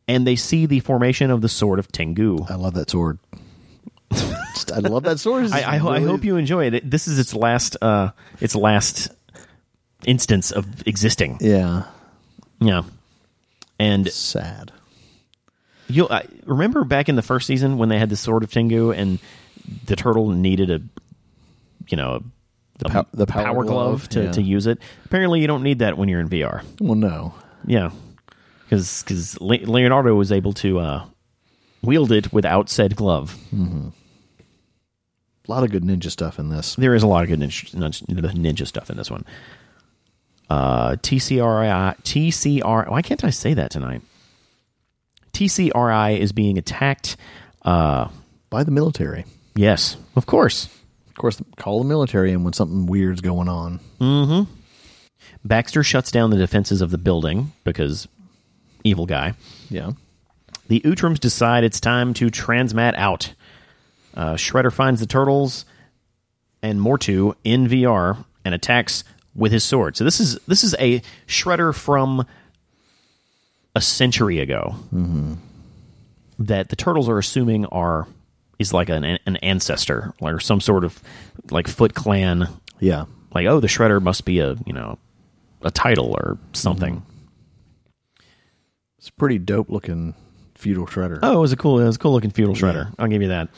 and they see the formation of the sword of Tengu. I love that sword. Just- I love that sword. It's I, I, ho- I really- hope you enjoy it. It- This is its last, uh, its last instance of existing. Yeah. Yeah, and Sad. You'll I, remember back in the first season when they had the sword of Tengu and the turtle needed a, you know, the, pow- the power glove, to, yeah. to use it. Apparently, you don't need that when you're in VR. Well, no. Yeah, because Le- Leonardo was able to uh, wield it without said glove. A lot of good ninja stuff in this. There is a lot of good ninja, ninja, ninja stuff in this one. Uh, TCRI, TCR. Why can't I say that tonight? TCRI is being attacked. Uh, By the military. yes, of course. Of course, call the military in when something weird's going on. Baxter shuts down the defenses of the building because evil guy. Yeah. The Utrams decide it's time to transmat out. Uh, Shredder finds the turtles and Mortu in VR and attacks with his sword. So this is this is a Shredder from a century ago that the turtles are assuming are is like an an ancestor or some sort of like Foot Clan Yeah. like oh the shredder must be a you know a title or something. It's a pretty dope looking feudal shredder. Oh, it was a cool, it was a cool looking feudal shredder. I'll give you that. Um,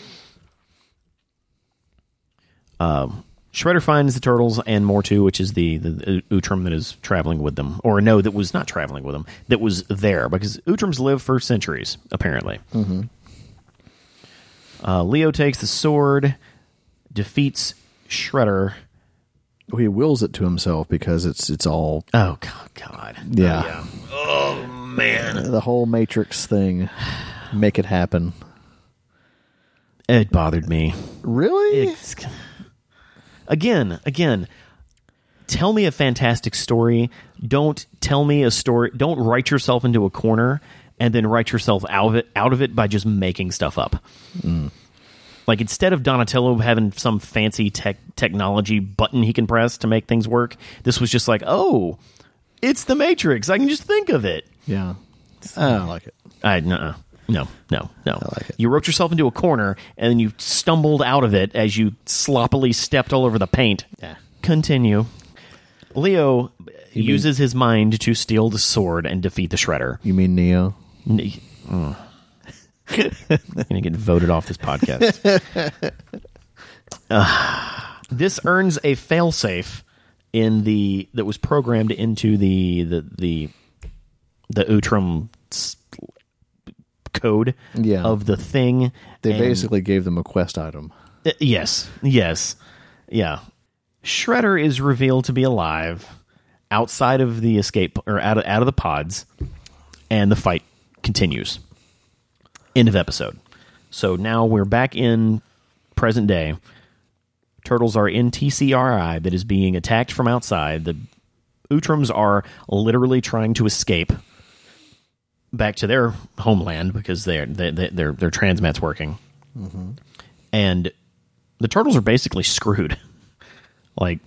Um, shredder finds the turtles and more too, which is the the, the Utrum that is traveling with them, or no, that was not traveling with them, that was there because Utrums live for centuries apparently. Uh, Leo takes the sword, defeats Shredder. He wills it to himself because it's it's all Oh God, God. yeah. Oh man, the whole Matrix thing. Make it happen. It bothered me. Really? It's- again, again. Tell me a fantastic story. Don't tell me a story. Don't write yourself into a corner and then write yourself out of it, out of it by just making stuff up. Like instead of Donatello having some fancy tech technology button he can press to make things work, this was just like, oh, it's the Matrix. I can just think of it. yeah. Oh. I don't like it. I no no no no. like it. You roped yourself into a corner and then you stumbled out of it as you sloppily stepped all over the paint. Yeah. Continue. Leo uses his mind to steal the sword and defeat the Shredder. You mean Neo? N- mm. I'm gonna get voted off this podcast. Ah. this earns a failsafe in the that was programmed into the the the the Utrum s- code Yeah. of the thing. They and- basically gave them a quest item. uh, yes, yes, yeah. Shredder is revealed to be alive outside of the escape or out of, out of the pods, and the fight continues. End of episode. So now we're back in present day. Turtles are in TCRI that is being attacked from outside. The Utrums are literally trying to escape back to their homeland because they're, they, they, their their transmat's working, and the turtles are basically screwed. like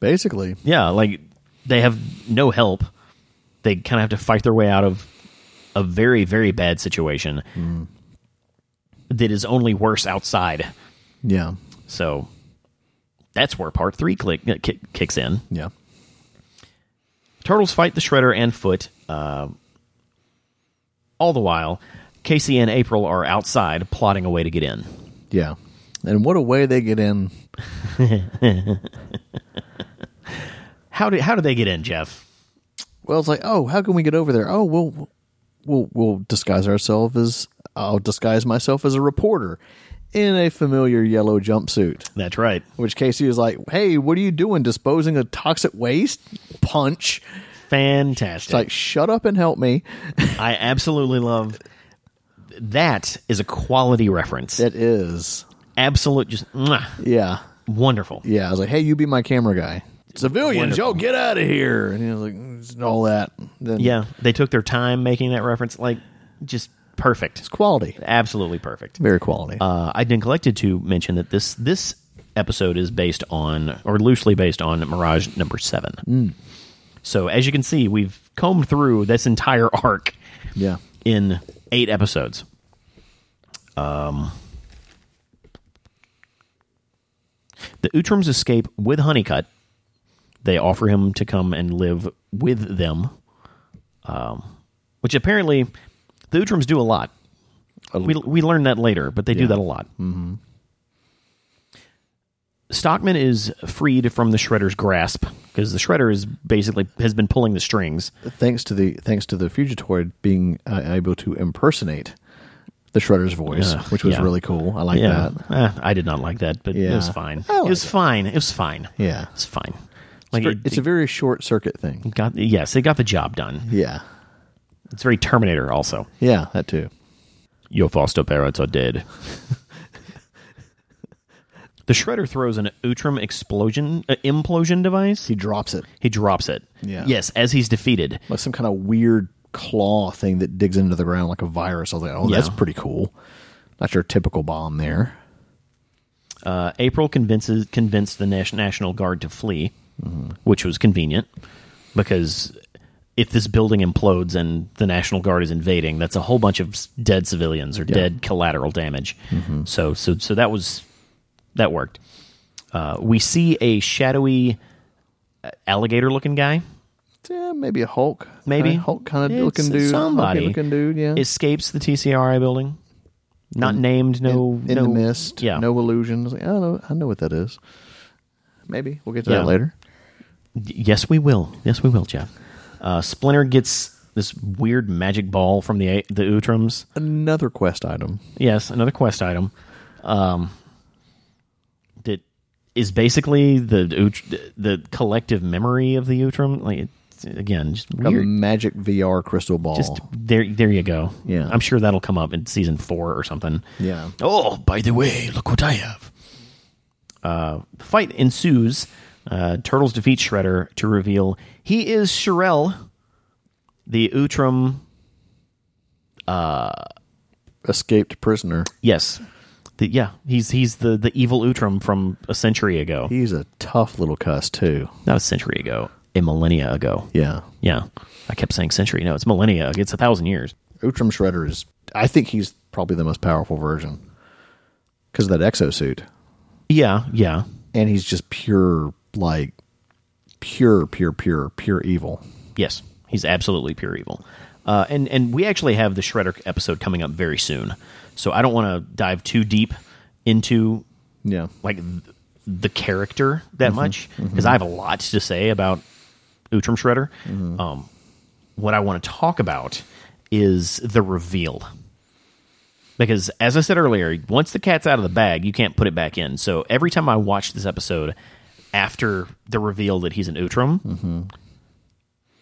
Basically, yeah, like they have no help. They kind of have to fight their way out of a very very bad situation that is only worse outside. yeah, So that's where part three click, kick, kicks in. yeah. Turtles fight the Shredder and Foot. Uh, all the while, Casey and April are outside plotting a way to get in. Yeah. And what a way they get in. How do how do they get in, Jeff? Well, it's like, oh, how can we get over there? Oh, we'll we'll we'll disguise ourselves as I'll disguise myself as a reporter in a familiar yellow jumpsuit. That's right. Which Casey is like, hey, what are you doing? Disposing of toxic waste? Punch. Fantastic. It's like, shut up and help me. I absolutely love that is a quality reference. It is. Absolute just mwah, Yeah. wonderful. Yeah. I was like, hey, you be my camera guy. Civilians, Wonderful. y'all get out of here. And he was like, "Mm, all that. Then Yeah, they took their time making that reference like just perfect. It's quality. Absolutely perfect. Very quality. Uh, I neglected to mention that this this episode is based on or loosely based on Mirage number 7. So as you can see, we've combed through this entire arc yeah. in 8 episodes. Um, The Utrams escape with Honeycutt. They offer him to come and live with them, um, which apparently the Utrams do a lot. We, we learn that later, but they do that a lot. Mm-hmm. Stockman is freed from the Shredder's grasp because the Shredder is basically has been pulling the strings. thanks to the thanks to the fugitoid being uh, able to impersonate the Shredder's voice, Ugh, which was yeah. really cool. I like Yeah, that. Eh, I did not like that, but it Yeah. was fine. I it was like it. fine. It was fine. Yeah. it's fine. Like it, It's a very short circuit thing. got yes, they got the job done. Yeah, It's very Terminator, also. yeah, that too. Your foster parents are dead. the shredder throws an Utrum explosion uh, implosion device. He drops it He drops it. Yeah. Yes, as he's defeated. like some kind of weird claw thing that digs into the ground like a virus. I was like, oh, Yeah. that's pretty cool. Not your typical bomb there. Uh, April convinces convinced the Nash- National Guard to flee, which was convenient because if this building implodes and the National Guard is invading, that's a whole bunch of s- dead civilians or dead collateral damage. Mm-hmm. So, so, so that was that worked. Uh, we see a shadowy uh, alligator-looking guy yeah, maybe a Hulk, Maybe. Kinda Hulk kind of It's looking dude, somebody. Hulky looking dude, yeah. escapes the TCRI building. Not named, no, in no the mist, Yeah, no illusions. Like, I know, I know what that is. Maybe we'll get to Yeah. that later. Yes, we will. Yes, we will, Jeff. Uh, Splinter gets this weird magic ball from the the Utrams. Another quest item. Yes, another quest item. Um, that is basically the Ut- the collective memory of the Utram. Like it's, again, just Got a weird. magic VR crystal ball. Just there, there you go. Yeah. I'm sure that'll come up in season four or something. yeah. Oh, by the way, look what I have. Uh, the fight ensues. Uh, Turtles defeat Shredder to reveal he is Shirel, the Utram. Escaped prisoner. Yes, the, yeah, he's he's the the evil Utram from a century ago. He's a tough little cuss too. Not a century ago, a millennia ago. Yeah. Yeah, I kept saying century. No, it's millennia. It's a thousand years. Utram Shredder is. I think he's probably the most powerful version because of that exosuit, Yeah, yeah. and he's just pure like pure, pure, pure, pure evil. Yes, he's absolutely pure evil. Uh, and and we actually have the Shredder episode coming up very soon, so I don't want to dive too deep into Yeah. like th- the character that much because I have a lot to say about Utram Shredder. Um, what I want to talk about is the reveal. Because as I said earlier, once the cat's out of the bag, you can't put it back in. So every time I watch this episode after the reveal that he's an Utram,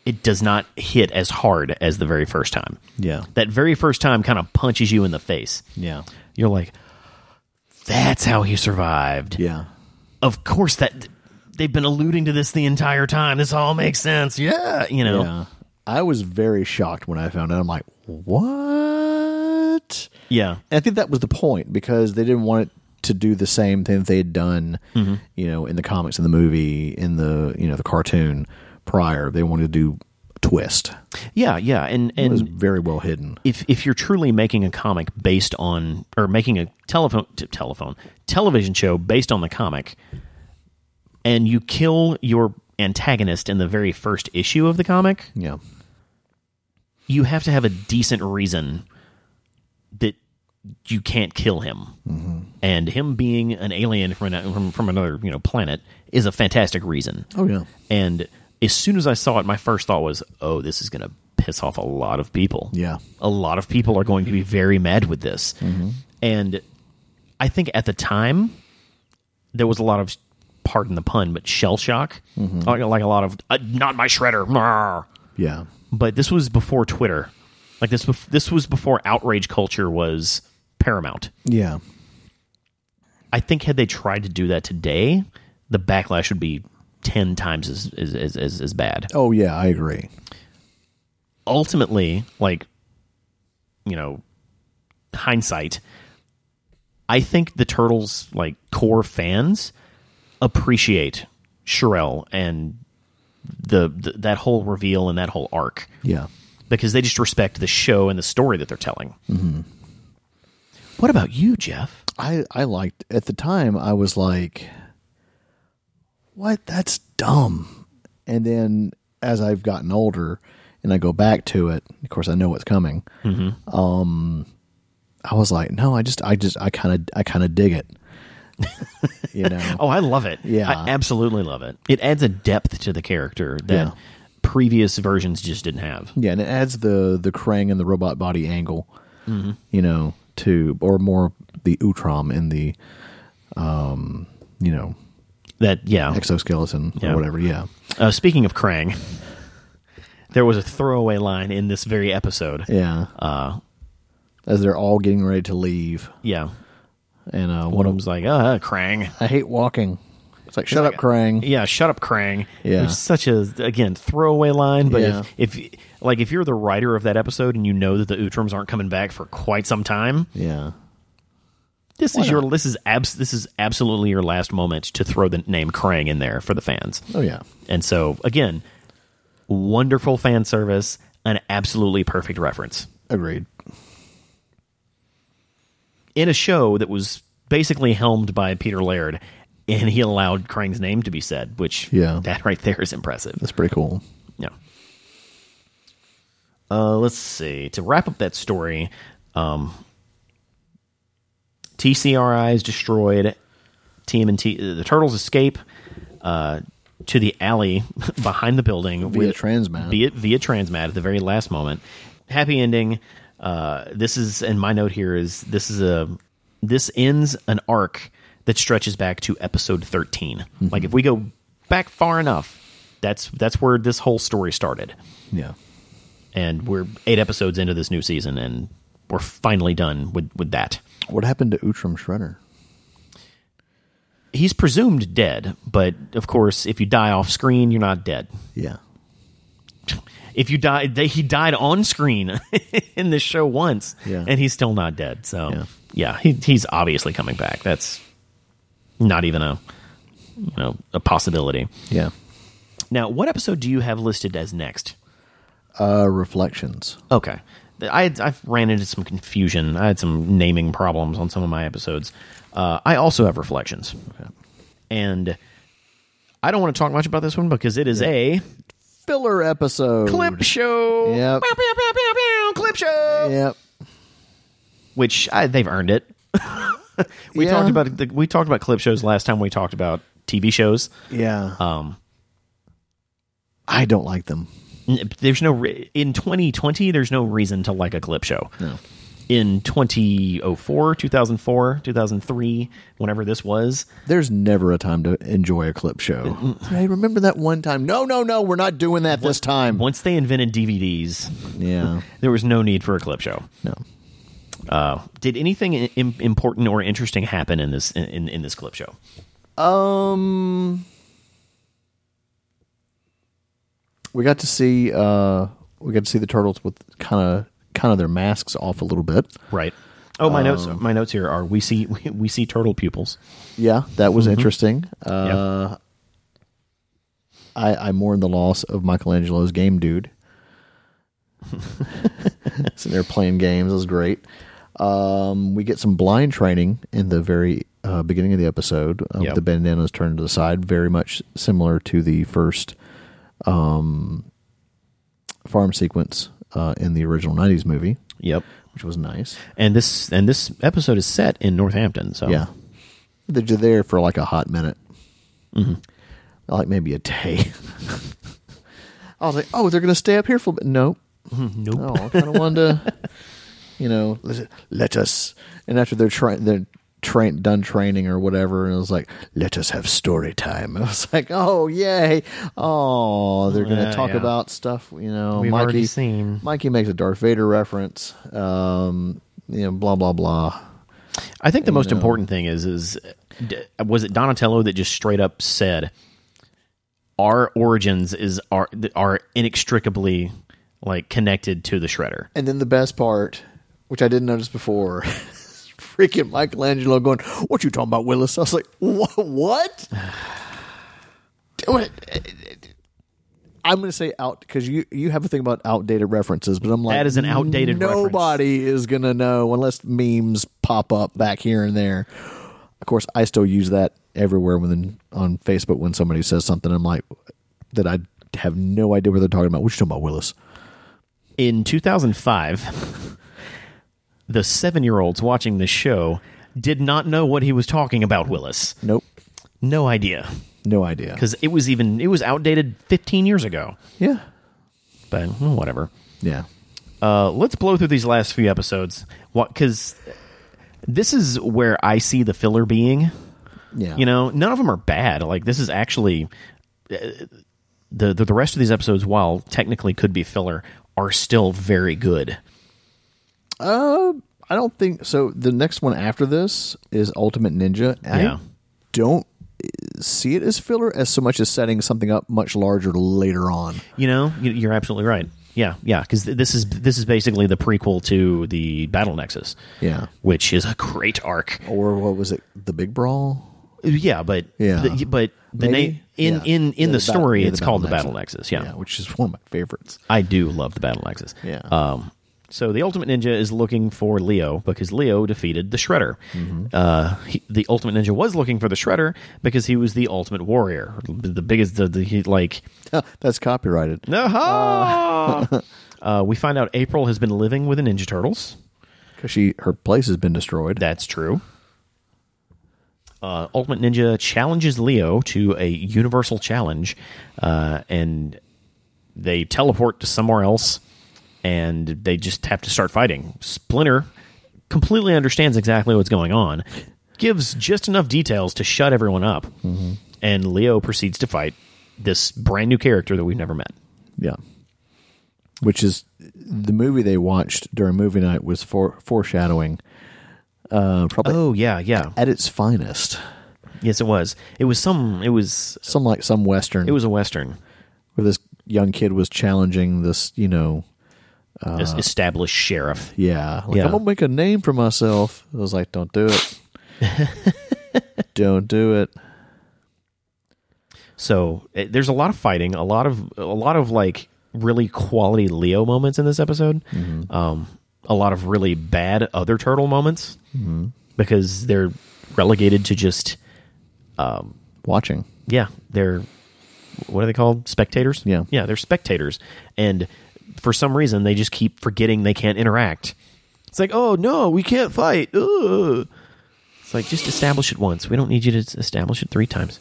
it does not hit as hard as the very first time. Yeah. That very first time kind of punches you in the face. Yeah. You're like, that's how he survived Yeah. of course that they've been alluding to this the entire time. This all makes sense. Yeah, you know. Yeah. Yeah. I was very shocked when I found out. I'm like, what? And I think that was the point because they didn't want it to do the same thing that they had done, Mm-hmm. you know, in the comics, in the movie, in the you know the cartoon prior. They wanted to do a twist. Yeah, yeah. And It and was very well hidden. if if you're truly making a comic based on or making a telephone t- telephone television show based on the comic and you kill your antagonist in the very first issue of the comic, Yeah. you have to have a decent reason that you can't kill him. And him being an alien from, an, from from another, you know, planet is a fantastic reason. Oh yeah. And as soon as I saw it, my first thought was, oh, this is going to piss off a lot of people. Yeah. A lot of people are going to be very mad with this. And I think at the time, there was a lot of, pardon the pun, but shell shock. Like, like a lot of, uh, not my shredder. Marr. Yeah. But this was before Twitter. Like this, bef- this was before outrage culture was paramount. Yeah. I think had they tried to do that today, the backlash would be ten times as as as, as, as bad. Oh yeah, I agree. ultimately, like, you know, hindsight, I think the Turtles, like, core fans appreciate Sherelle and the, the that whole reveal and that whole arc Yeah. because they just respect the show and the story that they're telling. Mm-hmm. What about you, Jeff? I I liked at the time I was like what that's dumb. And then as I've gotten older and I go back to it, of course I know what's coming. Um I was like, no, I just I just I kind of I kind of dig it. you know. Oh, I love it. Yeah. I absolutely love it. It adds a depth to the character that Yeah. previous versions just didn't have. Yeah, and it adds the the Krang and the robot body angle, you know, to or more the Utrom in the um, you know, That, yeah. exoskeleton Yeah. or whatever, yeah. Uh, speaking of Krang, there was a throwaway line in this very episode. Yeah. Uh, As they're all getting ready to leave, Yeah. and uh, One one of of them, them's like, uh, Krang. I hate walking. It's like, shut up, Krang. Yeah, shut up, Krang. Yeah. Which is such a, again, throwaway line. But Yeah. if, if, like, if you're the writer of that episode and you know that the Utrams aren't coming back for quite some time, Yeah, this is your, this is abs, this is absolutely your last moment to throw the name Krang in there for the fans. oh yeah, And so, again, wonderful fan service, an absolutely perfect reference. agreed. in a show that was basically helmed by Peter Laird, and he allowed Krang's name to be said, which Yeah. that right there is impressive. That's pretty cool. Yeah. Uh, let's see. To wrap up that story, um, TCRI is destroyed. TMNT, the turtles escape uh, to the alley behind the building Via Transmat. Via, via Transmat at the very last moment. Happy ending. Uh, this is, and my note here is this is a this ends an arc that stretches back to episode 13 Like if we go back far enough, that's that's where this whole story started Yeah. and we're eight episodes into this new season, and we're finally done with with that. What happened to Utram Shredder? He's presumed dead, but of course, if you die off screen, you're not dead. Yeah. If you die, they, he died on screen in this show once, Yeah. and he's still not dead. So, Yeah. yeah, he, he's obviously coming back. That's not even a you know a possibility. Yeah. Now, what episode do you have listed as next? Uh, reflections. Okay. I had, I've ran into some confusion. I had some naming problems on some of my episodes. Uh, I also have reflections. And I don't want to talk much about this one because it is a Filler episode. clip show. Yep. Pew, pew, pew, pew, pew, clip show. Yep. Which I, they've earned it. we Yeah. talked about the, we talked about clip shows last time we talked about TV shows. Yeah. Um, I don't like them. n- there's no re- in 2020 there's no reason to like a clip show in 2004 2004 2003 whenever this was There's never a time to enjoy a clip show. Hey, remember that one time? No, no, no. We're not doing that this time. once they invented dvds Yeah. there was no need for a clip show No. uh, did anything i- im- important or interesting happen in this in, in, in this clip show Um, we got to see uh, we got to see the turtles with kind of kind of their masks off a little bit. right oh my notes Um, my notes here are we see we, we see turtle pupils Yeah, that was interesting. Uh, I I mourn the loss of Michelangelo's game dude. Sitting there playing games it was great. Um, we get some blind training in the very uh, beginning of the episode. Um, Yep. The bandanas turned to the side, very much similar to the first um, farm sequence uh, in the original '90s movie, yep which was nice. and this and this episode is set in northampton so Yeah. They're just there for like a hot minute. Mm-hmm. Like maybe a day. I was like, oh, they're going to stay up here for a bit. Nope. nope No, I kind of wanted to, you know, let- let us. And after they're, tra- they're train done training or whatever, and it was like, let us have story time. I was like, oh, yay. Oh, they're going to Yeah, talk yeah. about stuff, you know. We've Mikey, already seen. Mikey makes a Darth Vader reference, um, you know, blah, blah, blah. I think the most important thing is is d- was it Donatello that just straight up said our origins is are are inextricably like connected to the shredder. And then the best part, which I didn't notice before, is freaking Michelangelo going, "What you talking about, Willis?" I was like, "Wha- "What? What?" I'm going to say out because you you have a thing about outdated references, but I'm like That is an outdated reference. Nobody is going to know unless memes pop up back here and there. Of course, I still use that everywhere when on Facebook when somebody says something. I'm like that I have no idea what they're talking about. What you talking about, Willis? In 2005, the 7-year-olds watching this show did not know what he was talking about, Willis. Nope, No idea no idea. cuz it was even it was outdated 15 years ago. Yeah. But well, whatever. Yeah. Uh, let's blow through these last few episodes. What? Because this is where I see the filler being. Yeah. You know, none of them are bad. Like this is actually uh, the the, the rest of these episodes, while technically could be filler, are still very good. I don't think so. The next one after this is Ultimate Ninja. I Yeah. don't see it as filler as so much as setting something up much larger later on. You know, You- you're absolutely right. Yeah, yeah. Because this is this is basically the prequel to the Battle Nexus. Yeah. Which is a great arc. Or what was it? The Big Brawl? Yeah, but Yeah. the, but the name Maybe? in Yeah. in in Yeah, the, Bat- story, yeah, it's called the Battle Nexus. Yeah. Which is one of my favorites. I do love the Battle Axis. Yeah. Um, so the Ultimate Ninja is looking for Leo because Leo defeated the Shredder. Uh, he, the Ultimate Ninja was looking for the Shredder because he was the Ultimate Warrior, the biggest, the, the he, like. That's copyrighted. No. Uh, we find out April has been living with the Ninja Turtles. because she her place has been destroyed. That's true. Uh, Ultimate Ninja challenges Leo to a universal challenge, uh, and they teleport to somewhere else, and they just have to start fighting. Splinter completely understands exactly what's going on, gives just enough details to shut everyone up, and Leo proceeds to fight this brand new character that we've never met. yeah, which is the movie they watched during movie night was for foreshadowing. Uh, probably Oh yeah, yeah, at its finest, yes, it was. It was some. It was. some like some western It was a western. where this young kid was challenging this, you know, es- established sheriff. yeah, like, Yeah. I'm gonna make a name for myself. I was like, don't do it, don't do it. So eh, there's a lot of fighting, a lot of a lot of like really quality Leo moments in this episode. Um, a lot of really bad other turtle moments because they're relegated to just Watching, yeah they're what are they called spectators Yeah. yeah they're spectators and for some reason they just keep forgetting they can't interact it's like oh no we can't fight Ugh. it's like just establish it once we don't need you to s- establish it three times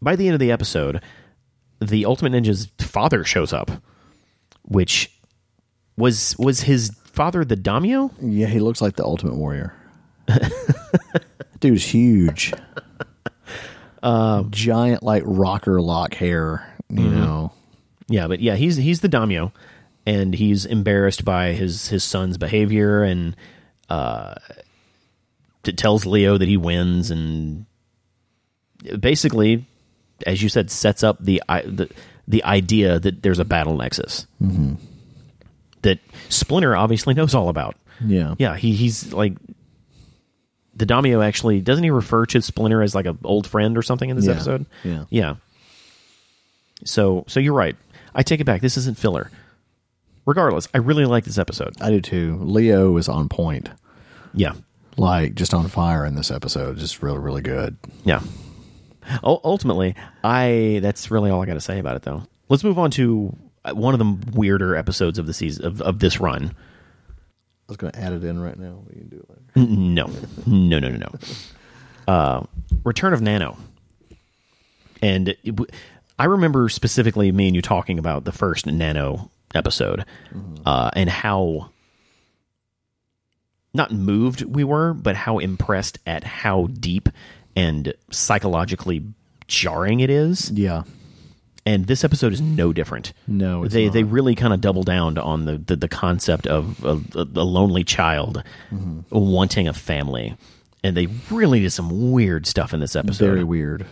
by the end of the episode the ultimate ninja's father shows up which was was his father the daimyo yeah, he looks like the Ultimate Warrior. Dude's huge, giant like rocker lock hair, you know. Yeah, but yeah, he's he's the daimyo, and he's embarrassed by his his son's behavior, and uh, t- tells Leo that he wins, and basically, as you said, sets up the i- the the idea that there's a battle nexus mm-hmm. that Splinter obviously knows all about. Yeah. Yeah, he he's like the daimyo actually doesn't he refer to Splinter as like an old friend or something in this Yeah. episode? Yeah. Yeah. So so you're right. I take it back. This isn't filler. Regardless, I really like this episode. I do too. Leo is on point, Yeah. like just on fire in this episode. Just really, really good. Yeah. U- ultimately, I that's really all I got to say about it though. Let's move on to uh, one of the weirder episodes of the season of, of this run. I was going to add it in right now. We can do it later. N- No, no, no, no, no. Uh, Return of Nano. And it w- I remember specifically me and you talking about the first Nano episode uh, and how not moved we were, but how impressed at how deep and psychologically jarring it is. Yeah. And this episode is no different. No, it's they not. they really kind of double down on the the, the concept of a, a, a lonely child wanting a family, and they really did some weird stuff in this episode. Very weird.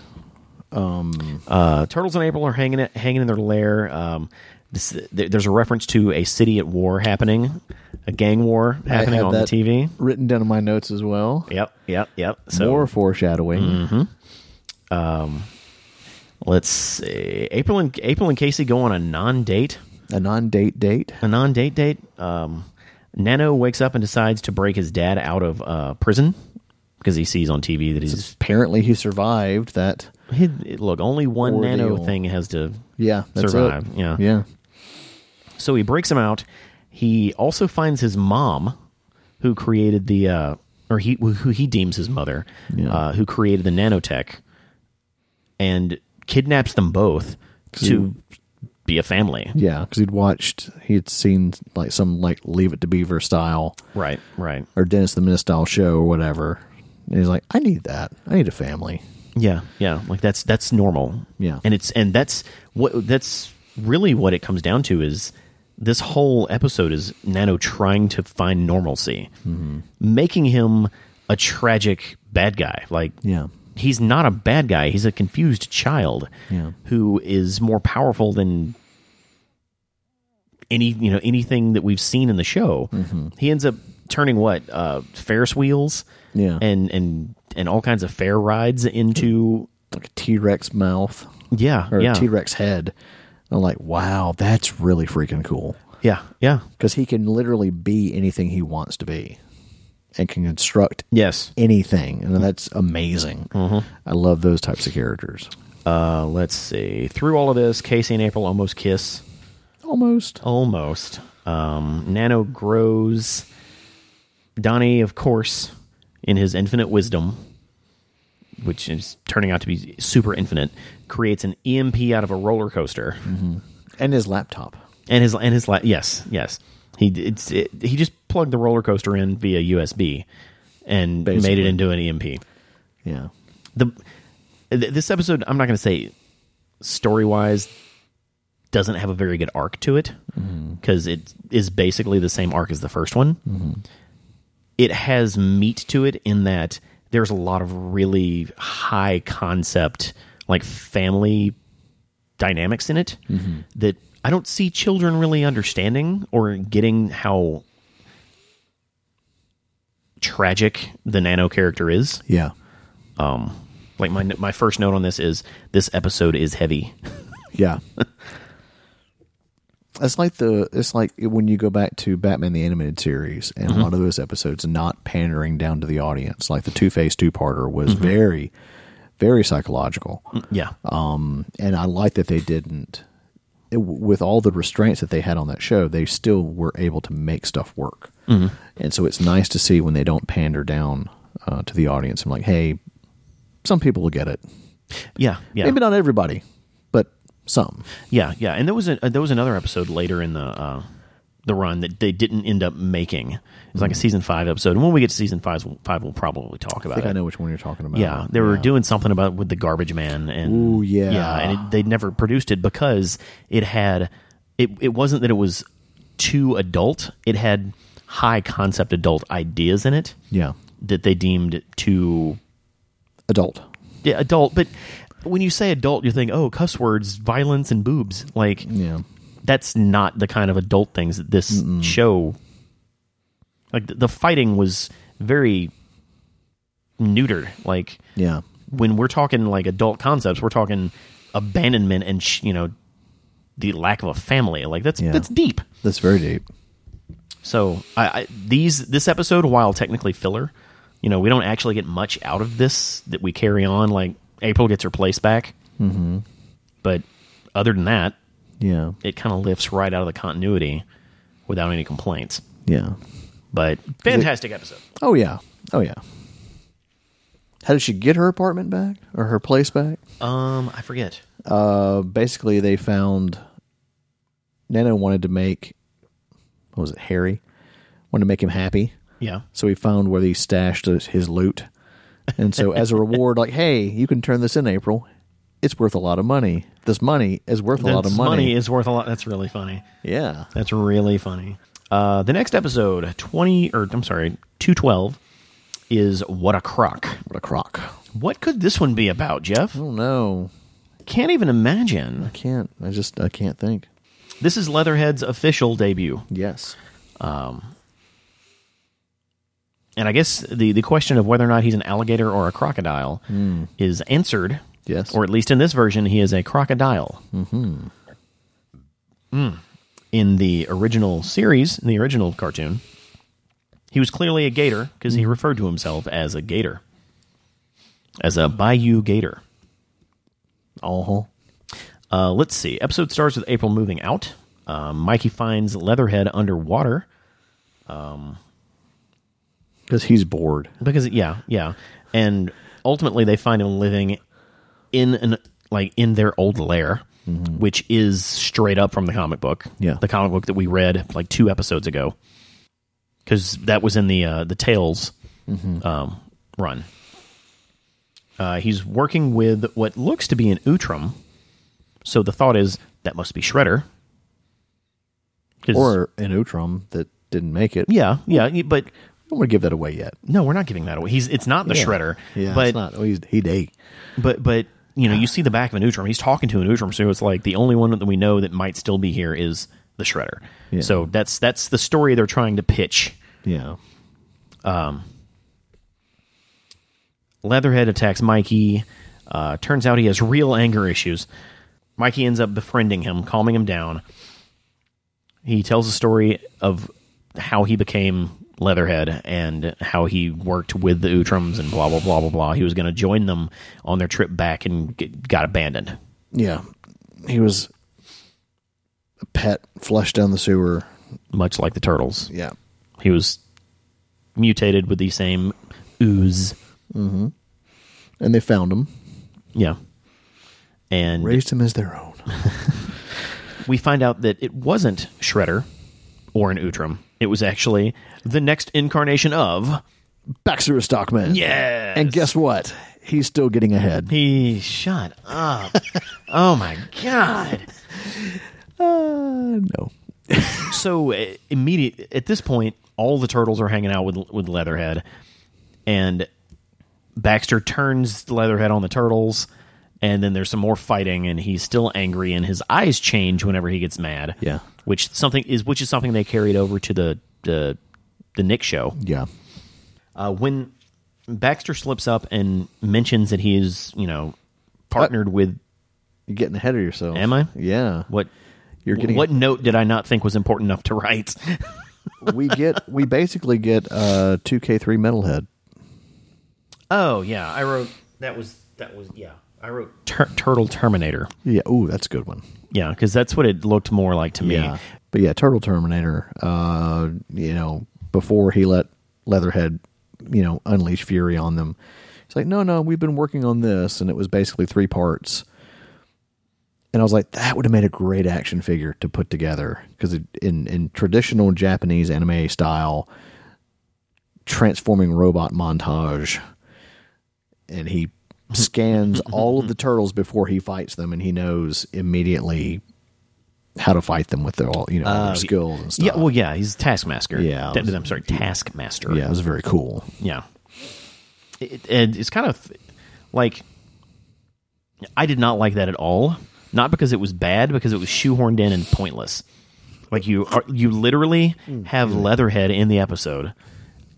Uh, Turtles and April are hanging it, hanging in their lair. Um, this, there, there's a reference to a city at war happening, a gang war happening had on that the TV. Written down in my notes as well. Yep, yep, yep. So mm. More foreshadowing. let's see. April and April and Casey go on a non-date. A non-date date. a non-date date. Um, Nano wakes up and decides to break his dad out of uh, prison because he sees on TV that he's Apparently, he survived that. he, look. Only one Nano Ordeal. thing has to Yeah, that's survive. It. Yeah. yeah. So he breaks him out. He also finds his mom, who created the uh, or he who he deems his mother, Yeah. uh, who created the nanotech, and kidnaps them both to be a family. Yeah, because he'd watched, he'd seen like some like Leave It to Beaver style Right. Right. or Dennis the Menace style show or whatever. And he's like, I need that. I need a family. Yeah, yeah, like that's that's normal. Yeah. and it's and that's what that's really what it comes down to is this whole episode is Nano trying to find normalcy, making him a tragic bad guy. Like, Yeah. he's not a bad guy; he's a confused child Yeah. who is more powerful than any you know anything that we've seen in the show. Mm-hmm. He ends up turning what uh, Ferris wheels, Yeah. and and and all kinds of fair rides into Like a T Rex mouth yeah or yeah a T Rex head. I'm like, wow, that's really freaking cool. yeah yeah Because he can literally be anything he wants to be and can construct yes Mm-hmm. anything. And that's amazing. I love those types of characters. Uh, let's see. Through all of this, Casey and April almost kiss. Almost. Almost. Um, Nano grows. Donnie, of course, in his infinite wisdom, which is turning out to be super infinite, creates an EMP out of a roller coaster, And his laptop. and his and his la- yes, yes, he it's it, he just plugged the roller coaster in via USB and made it Basically. into an E EMP. Yeah. the th- this episode i'm not going to say story wise doesn't have a very good arc to it because it is basically the same arc as the first one it has meat to it in that there's a lot of really high concept like family dynamics in it that i don't see children really understanding or getting how tragic the nano character is Yeah. like my my first note on this is this episode is heavy. Yeah. it's like the it's like when you go back to Batman the animated series and a lot of those episodes not pandering down to the audience. Like the Two Face two parter was very, very psychological. yeah. Um, and I like that they didn't. it- with all the restraints that they had on that show, they still were able to make stuff work. Mm-hmm. And so it's nice to see when they don't pander down uh, to the audience. I'm like, hey, some people will get it. Yeah. Yeah. Maybe not everybody, but some. Yeah, yeah. And there was a uh, there was another episode later in the uh the run that they didn't end up making. It was Hmm. like a season 5 episode. And when we get to season 5, 's- 5 we'll probably talk I about think it. I know which one you're talking about. Uh, Yeah, they were doing something about with the garbage man and Ooh, yeah. and it, they never produced it because it had it it wasn't that it was too adult. It had high concept adult ideas in it Yeah. that they deemed too Adult. yeah, adult. But when you say adult, you think, oh, cuss words, violence, and boobs. Like Yeah. that's not the kind of adult things that this show. Like the, the fighting was very neutered. Like Yeah. when we're talking like adult concepts, we're talking abandonment and sh- you know the lack of a family. Like that's Yeah. that's deep. That's very deep. So I, I these this episode, while technically filler, you know, we don't actually get much out of this that we carry on. Like April gets her place back, mm-hmm. but other than that, Yeah. it kind of lifts right out of the continuity without any complaints. Yeah. But fantastic episode. Oh, yeah. Oh, yeah. How did she get her apartment back or her place back? Um, I forget. Uh, basically, they found Nano wanted to make, what was it, Harry? Wanted to make him happy. Yeah, So he found where he stashed his his loot. And so, as a reward, like, hey, you can turn this in April. It's worth a lot of money. This money is worth a lot of This money. is worth a lot. That's really funny. yeah. That's really funny. Uh, the next episode, twenty or I'm sorry, two twelve, is what a crock. What a crock. What could this one be about, Jeff? I don't know. Can't even imagine. I can't. I just I can't think. This is Leatherhead's official debut. Yes. And I guess the, the question of whether or not he's an alligator or a crocodile is answered. Yes. Or at least in this version, he is a crocodile. Mm-hmm. In the original series, in the original cartoon, he was clearly a gator because he referred to himself as a gator, as a Bayou gator. Uh huh. Uh, let's see. Episode starts with April moving out. Uh, Mikey finds Leatherhead underwater. Because he's bored. because yeah yeah and ultimately they find him living in an like in their old lair which is straight up from the comic book Mm-hmm. Yeah. the comic book that we read like two episodes ago because that was in the uh the tales Mm-hmm. um run uh he's working with what looks to be an utrum so the thought is that must be shredder 'Cause- Or an Utrum that didn't make it. yeah yeah but I don't want to give that away yet. no we're not giving that away he's it's not the shredder Yeah. but it's not. Oh, he's, he day. But but you know, you see the back of an Utrum. He's talking to an Utrum, so it's like the only one that we know that might still be here is the Shredder. Yeah. So that's that's the story they're trying to pitch. Yeah. Leatherhead attacks Mikey. Uh, turns out he has real anger issues. Mikey ends up befriending him, calming him down. He tells a story of how he became Leatherhead and how he worked with the Utrams and blah blah blah blah blah. He was going to join them on their trip back and g got abandoned. Yeah. He was a pet flushed down the sewer. much like the turtles. Yeah. He was mutated with the same ooze. And they found him, Yeah. And raised him as their own. we find out that it wasn't Shredder or an Utram. It was actually the next incarnation of. Baxter is Stockman. Yeah. And guess what? He's still getting ahead. He shut up. oh my god. Uh, no. So uh, immediate at this point, all the turtles are hanging out with with Leatherhead, and Baxter turns Leatherhead on the turtles, and then there's some more fighting, and he's still angry, and his eyes change whenever he gets mad. Yeah. which something is which is something they carried over to the the the Nick show Yeah. uh, when Baxter slips up and mentions that he is you know partnered Uh, with You're getting ahead of yourself. Am I? Yeah. what. You're getting what note did I not think was important enough to write? we get we basically get uh 2K3 Metalhead. Oh yeah, I wrote that was that was yeah. I wrote Tur- Turtle Terminator. Yeah, ooh, that's a good one. Yeah, because that's what it looked more like to me. Yeah. But yeah, Turtle Terminator, uh, you know, before he let Leatherhead, you know, unleash fury on them. He's like, "No, no, we've been working on this." And it was basically three parts. And I was like, that would have made a great action figure to put together because in in traditional Japanese anime style transforming robot montage and he scans all of the turtles before he fights them and he knows immediately how to fight them with their all you know their skills and stuff. Yeah, well, yeah, he's Taskmaster. Yeah, Th- I'm sorry, Taskmaster. yeah, it was very cool. yeah. It, and it's kind of like I did not like that at all. Not because it was bad, because it was shoehorned in and pointless. Like you are, you literally have Leatherhead in the episode,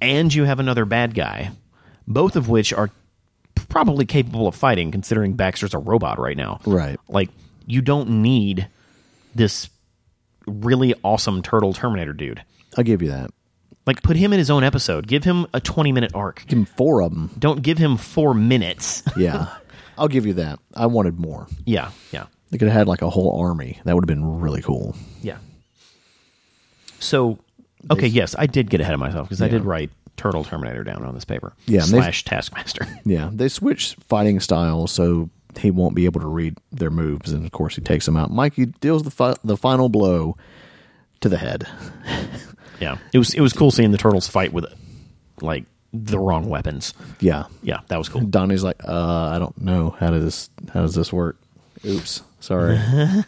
and you have another bad guy, both of which are probably capable of fighting, considering Baxter's a robot right now. Right. Like you don't need this really awesome turtle Terminator dude. I'll give you that. Like put him in his own episode. Give him a twenty minute arc. Give him four of them. Don't give him four minutes. Yeah. I'll give you that. I wanted more. yeah, yeah, They could have had like a whole army. That would have been really cool. yeah. So, okay, yes, I did get ahead of myself because I did write Turtle Terminator down on this paper. Yeah, and they- slash Taskmaster. Yeah, they switch fighting styles so he won't be able to read their moves, and of course he takes them out. Mikey deals the fi- the final blow to the head. yeah, it was it was cool seeing the turtles fight with like the wrong weapons. Yeah, Yeah, that was cool. Donnie's like, uh, I don't know how does this how does this work? Oops, sorry. and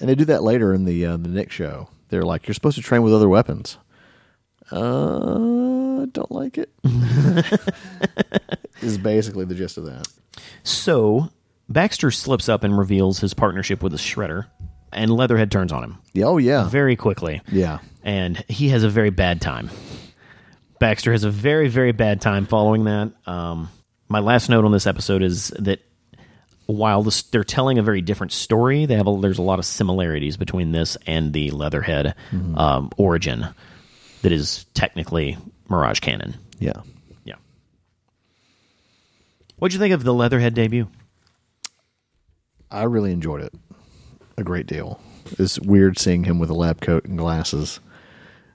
they do that later in the uh, the Nick show. They're like, you're supposed to train with other weapons. Uh, don't like it. is basically the gist of that. So Baxter slips up and reveals his partnership with the Shredder, and Leatherhead turns on him Yeah, oh yeah, very quickly. yeah. and he has a very bad time. Baxter has a very, very bad time following that. Um, my last note on this episode is that while this, they're telling a very different story, they have a, there's a lot of similarities between this and the Leatherhead um, origin that is technically Mirage Cannon. Yeah. Yeah. What'd you think of the Leatherhead debut? I really enjoyed it a great deal. It's weird seeing him with a lab coat and glasses.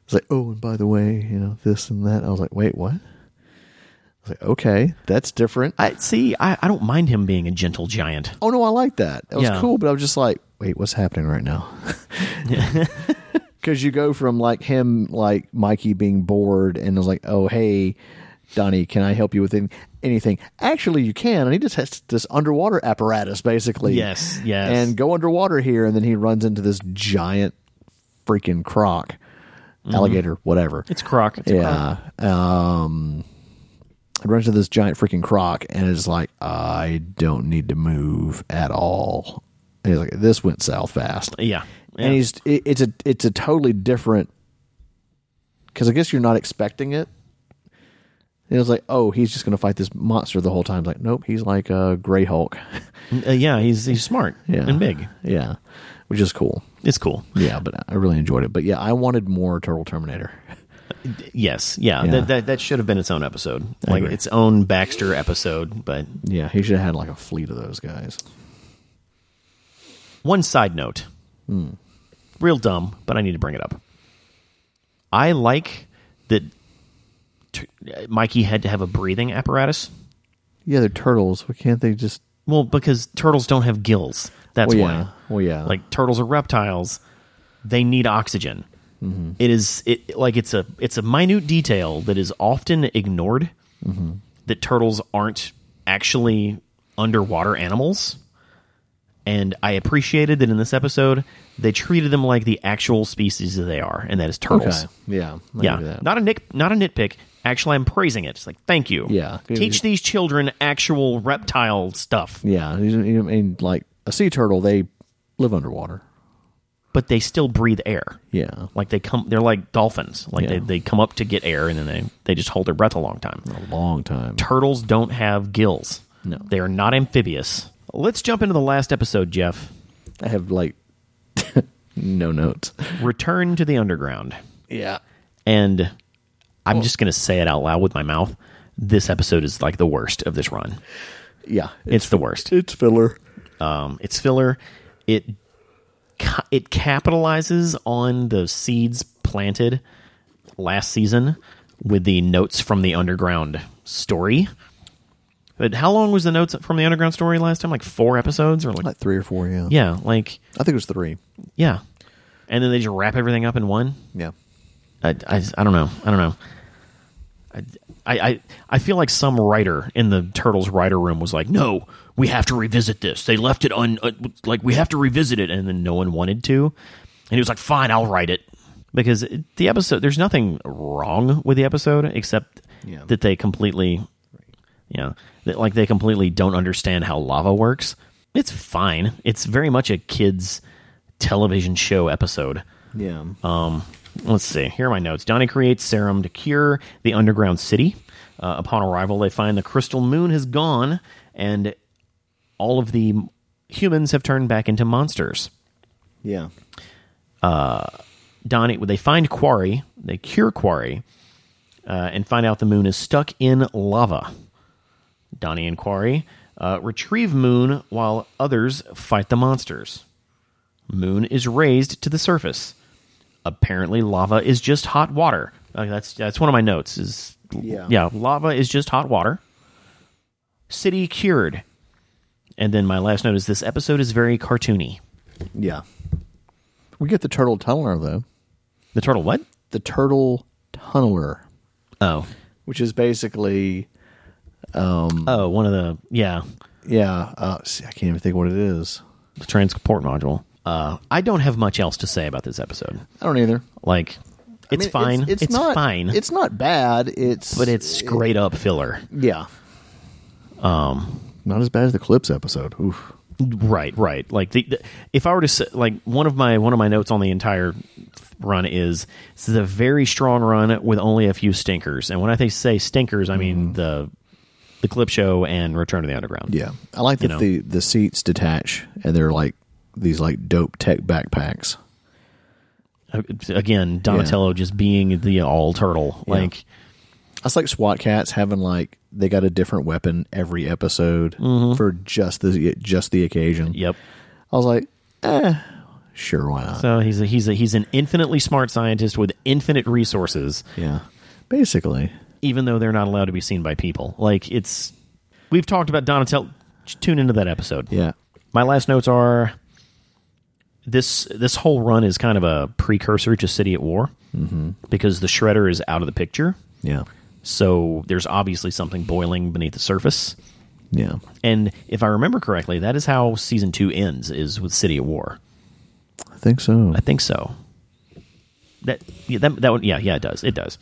It's like, oh, and by the way, you know, this and that. I was like, wait, what? I was like, okay, that's different. I see. I, I don't mind him being a gentle giant. oh no, I like that. That was Yeah. cool, but I was just like, wait, what's happening right now? Because you go from like him, like Mikey being bored, and I was like, oh hey, Donnie, can I help you with an- anything? Actually, you can. I need to test this underwater apparatus, basically. Yes, yes. And go underwater here, and then he runs into this giant freaking croc, Mm-hmm. alligator, whatever It's Croc. It's a Croc. yeah. Um, I runs into this giant freaking croc, and it's like I don't need to move at all. And he's like, "This went south fast." yeah, And he's it, it's a it's a totally different because I guess you're not expecting it. And it was like, "Oh, he's just going to fight this monster the whole time." It's like, nope, he's like a Gray Hulk. Uh, yeah, he's he's smart Yeah. and big. yeah, which is cool. It's cool. Yeah, but I really enjoyed it. But yeah, I wanted more Turtle Terminator. Yes, yeah, Yeah. That, that that should have been its own episode, like agree. its own Baxter episode. But Yeah, he should have had like a fleet of those guys. one side note, Hmm. real dumb, but I need to bring it up. I like that t- Mikey had to have a breathing apparatus. Yeah, they're turtles. Why can't they just? Well, because turtles don't have gills. That's well, why. yeah. Well, yeah. Like turtles are reptiles. They need oxygen. Mm-hmm. It is it like it's a it's a minute detail that is often ignored Mm-hmm. that turtles aren't actually underwater animals. And I appreciated that in this episode they treated them like the actual species that they are, and that is okay. turtles. Yeah. I can do Yeah, that. not a nick, not a nitpick. Actually, I'm praising it. It's like thank you. Yeah. teach these children actual reptile stuff. yeah. I mean, like a sea turtle, they live underwater. but they still breathe air. Yeah. Like they come, they're like dolphins. Like they, Yeah. they come up to get air and then they, they just hold their breath a long time. A long time. Turtles don't have gills. No. They are not amphibious. Let's jump into the last episode, Jeff. I have like no notes. Return to the underground. Yeah. And I'm just going to say it out loud with my mouth. This episode is like the worst of this run. Yeah. It's the worst. it's filler. Um, it's filler. It ca- it capitalizes on the seeds planted last season with the notes from the underground story. But how long was the notes from the underground story last time? Like four episodes or like Like three or four. Yeah. yeah, like I think it was three. yeah. And then they just wrap everything up in one. Yeah. I, I, I don't know. I don't know. I, I, I- I feel like some writer in the Turtles writer room was like, no, we have to revisit this. They left it un, uh, like, we have to revisit it. And then no one wanted to. And he was like, fine, I'll write it. Because it- the episode, there's nothing wrong with the episode except Yeah. that they completely, you know, that, like they completely don't understand how lava works. It's fine. It's very much a kid's television show episode. Yeah. Um, let's see. Here are my notes. Donnie creates serum to cure the underground city. Uh, upon arrival, they find the crystal moon has gone, and all of the m- humans have turned back into monsters. yeah. Donnie, they find Quarry, they cure Quarry, uh, and find out the moon is stuck in lava. Donnie and Quarry uh, retrieve Moon while others fight the monsters. Moon is raised to the surface. Apparently, lava is just hot water. Uh, that's that's one of my notes. Is Yeah. lava is just hot water. City cured, and then my last note is this episode is very cartoony. Yeah. We get the turtle tunneler though. The turtle what? The turtle tunneler, Oh, which is basically oh, one of the yeah. yeah. Uh, see, I can't even think what it is. the transport module. Uh, I don't have much else to say about this episode. I don't either. Like, I it's mean, fine. It's, It's, not fine. It's not bad. It's but it's straight up filler. yeah. Um, Um, not as bad as the clips episode. Oof. Right, right. Like the, the if I were to say, like one of my one of my notes on the entire run is this is a very strong run with only a few stinkers. And when I think- say stinkers, I mean the the clip show and Return to the Underground. Yeah, I like that know. the the seats detach and they're like these like dope tech backpacks. Uh, Again, Donatello just being the all turtle. Yeah. Like That's like SWAT cats having like they got a different weapon every episode for just the just the occasion. Mm-hmm. yep. I was like, eh, sure, why not? So he's a, he's a, he's an infinitely smart scientist with infinite resources. yeah, basically, even though they're not allowed to be seen by people. Like it's we've talked about Donatello. Just Tune into that episode. yeah, My last notes are this this whole run is kind of a precursor to City at War mm-hmm. because the Shredder is out of the picture. yeah, So there's obviously something boiling beneath the surface. yeah, And if I remember correctly, that is how season two ends is with City at War. I think so. I think so. That yeah, that that one, yeah yeah it does it does.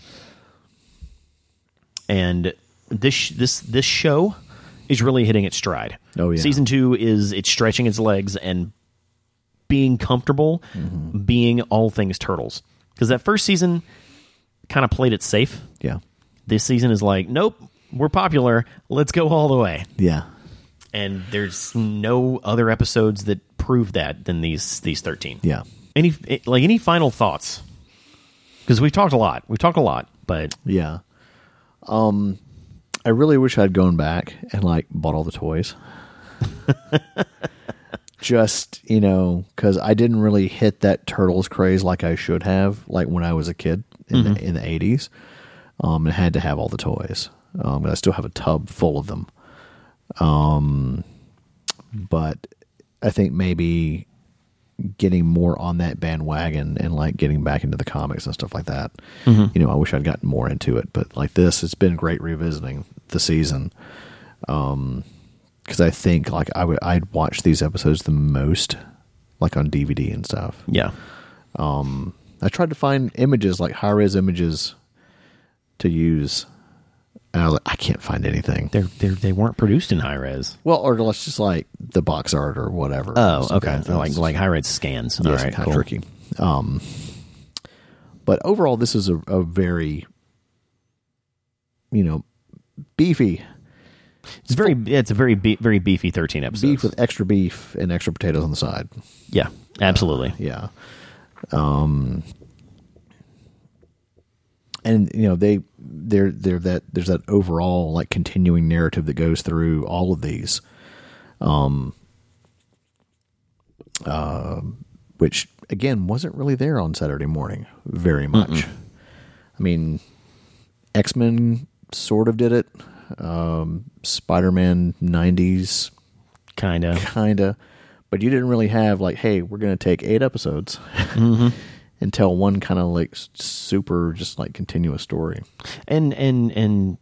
And this sh- this this show is really hitting its stride. Oh, yeah. season two is it's stretching its legs and being comfortable, Mm-hmm. being all things turtles. Because that first season kind of played it safe. yeah, This season is like, nope, we're popular. Let's go all the way. yeah, And there's no other episodes that prove that than these these thirteen yeah. any like any final thoughts because we've talked a lot. We've talked a lot, but Yeah. Um, I really wish I'd gone back and like bought all the toys. Just you know, because I didn't really hit that turtles craze like I should have, like when I was a kid in the in the eighties, um, and had to have all the toys. Um, and I still have a tub full of them. Um, but I think maybe getting more on that bandwagon and like getting back into the comics and stuff like that. You know, I wish I'd gotten more into it, but like this, it's been great revisiting the season. Um, because I think like I would I'd watch these episodes the most, like on DVD and stuff. yeah, I tried to find images like high res images to use, and I was like, I can't find anything. they're, they're they weren't produced in high res. Well, or let's just like the box art or whatever. Oh, Just, okay, uh, like like high res scans. Yeah, All it's right, kind cool. of tricky. Um, but overall, this is a, a very, you know, beefy It's very it's a very be- very beefy thirteen episodes. beef with extra beef and extra potatoes on the side. yeah, absolutely. Yeah. Um, and you know they they're they're that there's that overall like continuing narrative that goes through all of these, um, uh, which again wasn't really there on Saturday morning very much. I mean, X Men sort of did it. Um, Spider Man '90s Kind of. kinda but you didn't really have like hey we're gonna take eight episodes Mm-hmm. and tell one kind of like s- super just like continuous story and and and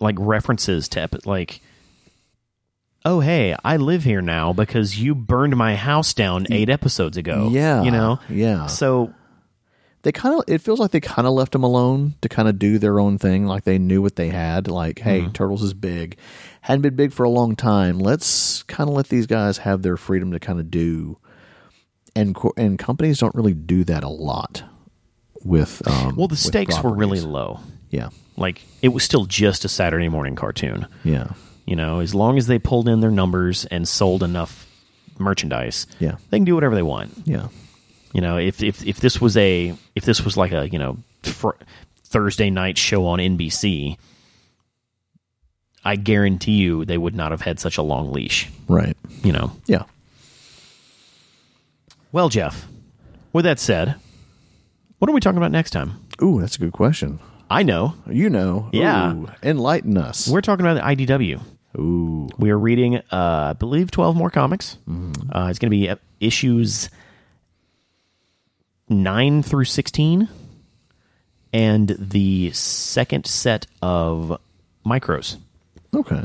like references to epi- like oh hey i live here now because you burned my house down eight episodes ago Yeah, Oh, you know yeah. so they kind of it feels like they kind of left them alone to kind of do their own thing like they knew what they had like hey Mm-hmm. turtles is big hadn't been big for a long time let's kind of let these guys have their freedom to kind of do and co- and companies don't really do that a lot with um well the with stakes were really properties. low yeah like it was still just a saturday morning cartoon yeah you know as long as they pulled in their numbers and sold enough merchandise Yeah. they can do whatever they want yeah You know, if if if this was a if this was like a you know fr- Thursday night show on NBC, I guarantee you they would not have had such a long leash. right You know. yeah Well, Jeff. With that said, what are we talking about next time? Ooh, that's a good question. I know You know, Yeah. Ooh, enlighten us. we're talking about the IDW. Ooh, We are reading, uh, I believe, twelve more comics. Uh, it's going to be uh, issues nine through sixteen, and the second set of micros. okay.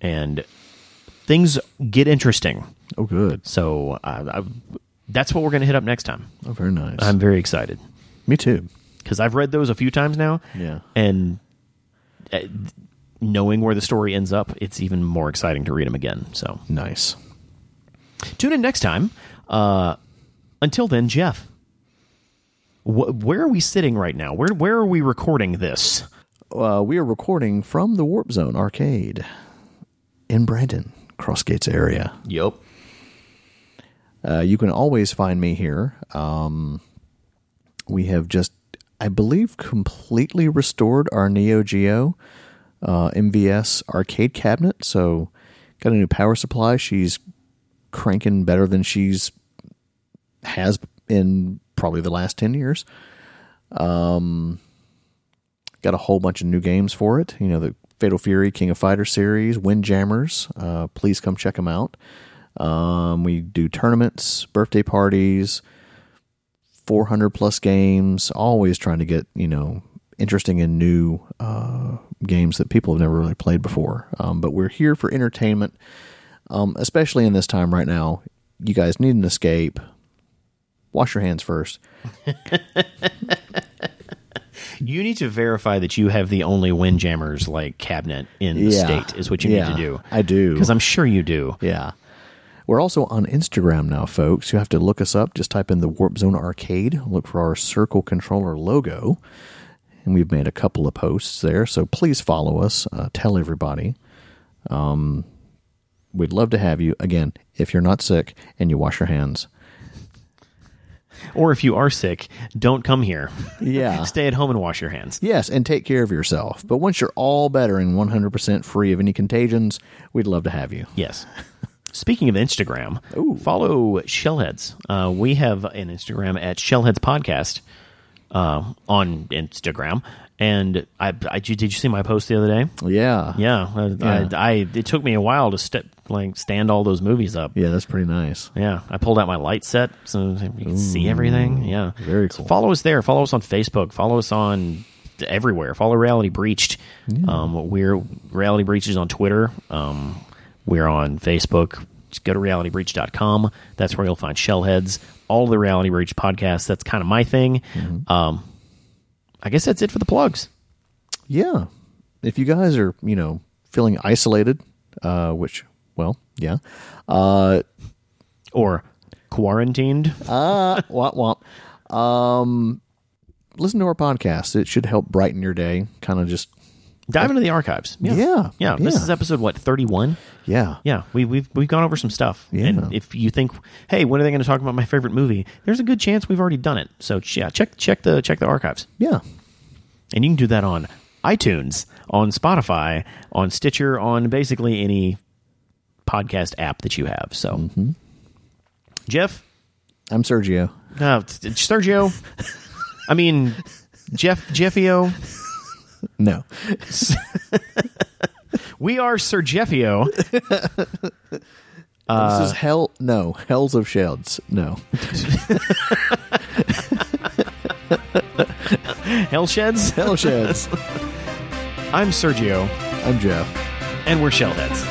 And things get interesting. Oh, good. So uh, I, that's what we're going to hit up next time. Oh, very nice. I'm very excited Me too. because I've read those a few times now, Yeah. and uh, knowing where the story ends up, it's even more exciting to read them again. So. Nice. tune in next time. Uh, until then, Jeff, wh- where are we sitting right now? Where where are we recording this? Uh, we are recording from the Warp Zone Arcade in Brandon, Crossgates area. Yep. Uh, you can always find me here. Um, we have just, I believe, completely restored our Neo Geo uh, MVS arcade cabinet. So, got a new power supply. She's cranking better than she's has in probably the last ten years. Um, got a whole bunch of new games for it. You know the. Fatal Fury, King of Fighters series, Windjammers. Uh, please come check them out. Um, we do tournaments, birthday parties, 400 plus games, always trying to get, you know, interesting and new uh, games that people have never really played before. Um, but we're here for entertainment, um, especially in this time right now. You guys need an escape. Wash your hands first. You need to verify that you have the only Windjammers like cabinet in the Yeah. state is what you Yeah, need to do. I do. because I'm sure you do. Yeah. We're also on Instagram now, folks. You have to look us up. Just type in the Warp Zone Arcade, look for our circle controller logo. And we've made a couple of posts there. So please follow us. Uh, tell everybody. Um, we'd love to have you. Again, if you're not sick and you wash your hands. Or if you are sick, don't come here. Yeah. Stay at home and wash your hands. Yes, and take care of yourself. But once you're all better and 100% free of any contagions, we'd love to have you. Yes. Speaking of Instagram, follow Shellheads. Uh, we have an Instagram at Shellheads Podcast uh, on Instagram. And I, I, did you see my post the other day? Yeah. Yeah, I, Yeah. I, I it took me a while to step like stand all those movies up. Yeah, that's pretty nice. Yeah, I pulled out my light set so you can see everything. Yeah, very So cool. follow us there. Follow us on Facebook. Follow us on everywhere. Follow Reality Breached. Um, we're Reality Breach is on Twitter. Um, we're on Facebook. Just go to realitybreach.com. That's where you'll find Shellheads, all the Reality Breach podcasts. That's kind of my thing. Mm-hmm. Um, I guess that's it for the plugs. Yeah. If you guys are, you know, feeling isolated, uh, which, well, yeah. Uh, Or quarantined. uh, womp womp. Um, listen to our podcast. It should help brighten your day. Kind of just, Dive into the archives. Yeah. Uh, Yeah, Yeah. This yeah. is episode what, thirty one? yeah. Yeah, we, we've we've gone over some stuff. Yeah. And if you think, hey, when are they going to talk about my favorite movie? There's a good chance we've already done it. So ch- yeah, check check the check the archives, Yeah. and you can do that on iTunes, on Spotify, on Stitcher, on basically any podcast app that you have. So, Jeff, I'm Sergio. uh, t- Sergio, I mean Jeff Jeffio, No. we are Sir Jeffio. this is hell. No. Hells of Shells. No. Hell sheds. Hell Sheds. I'm Sergio, I'm Jeff. and we're Shellheads.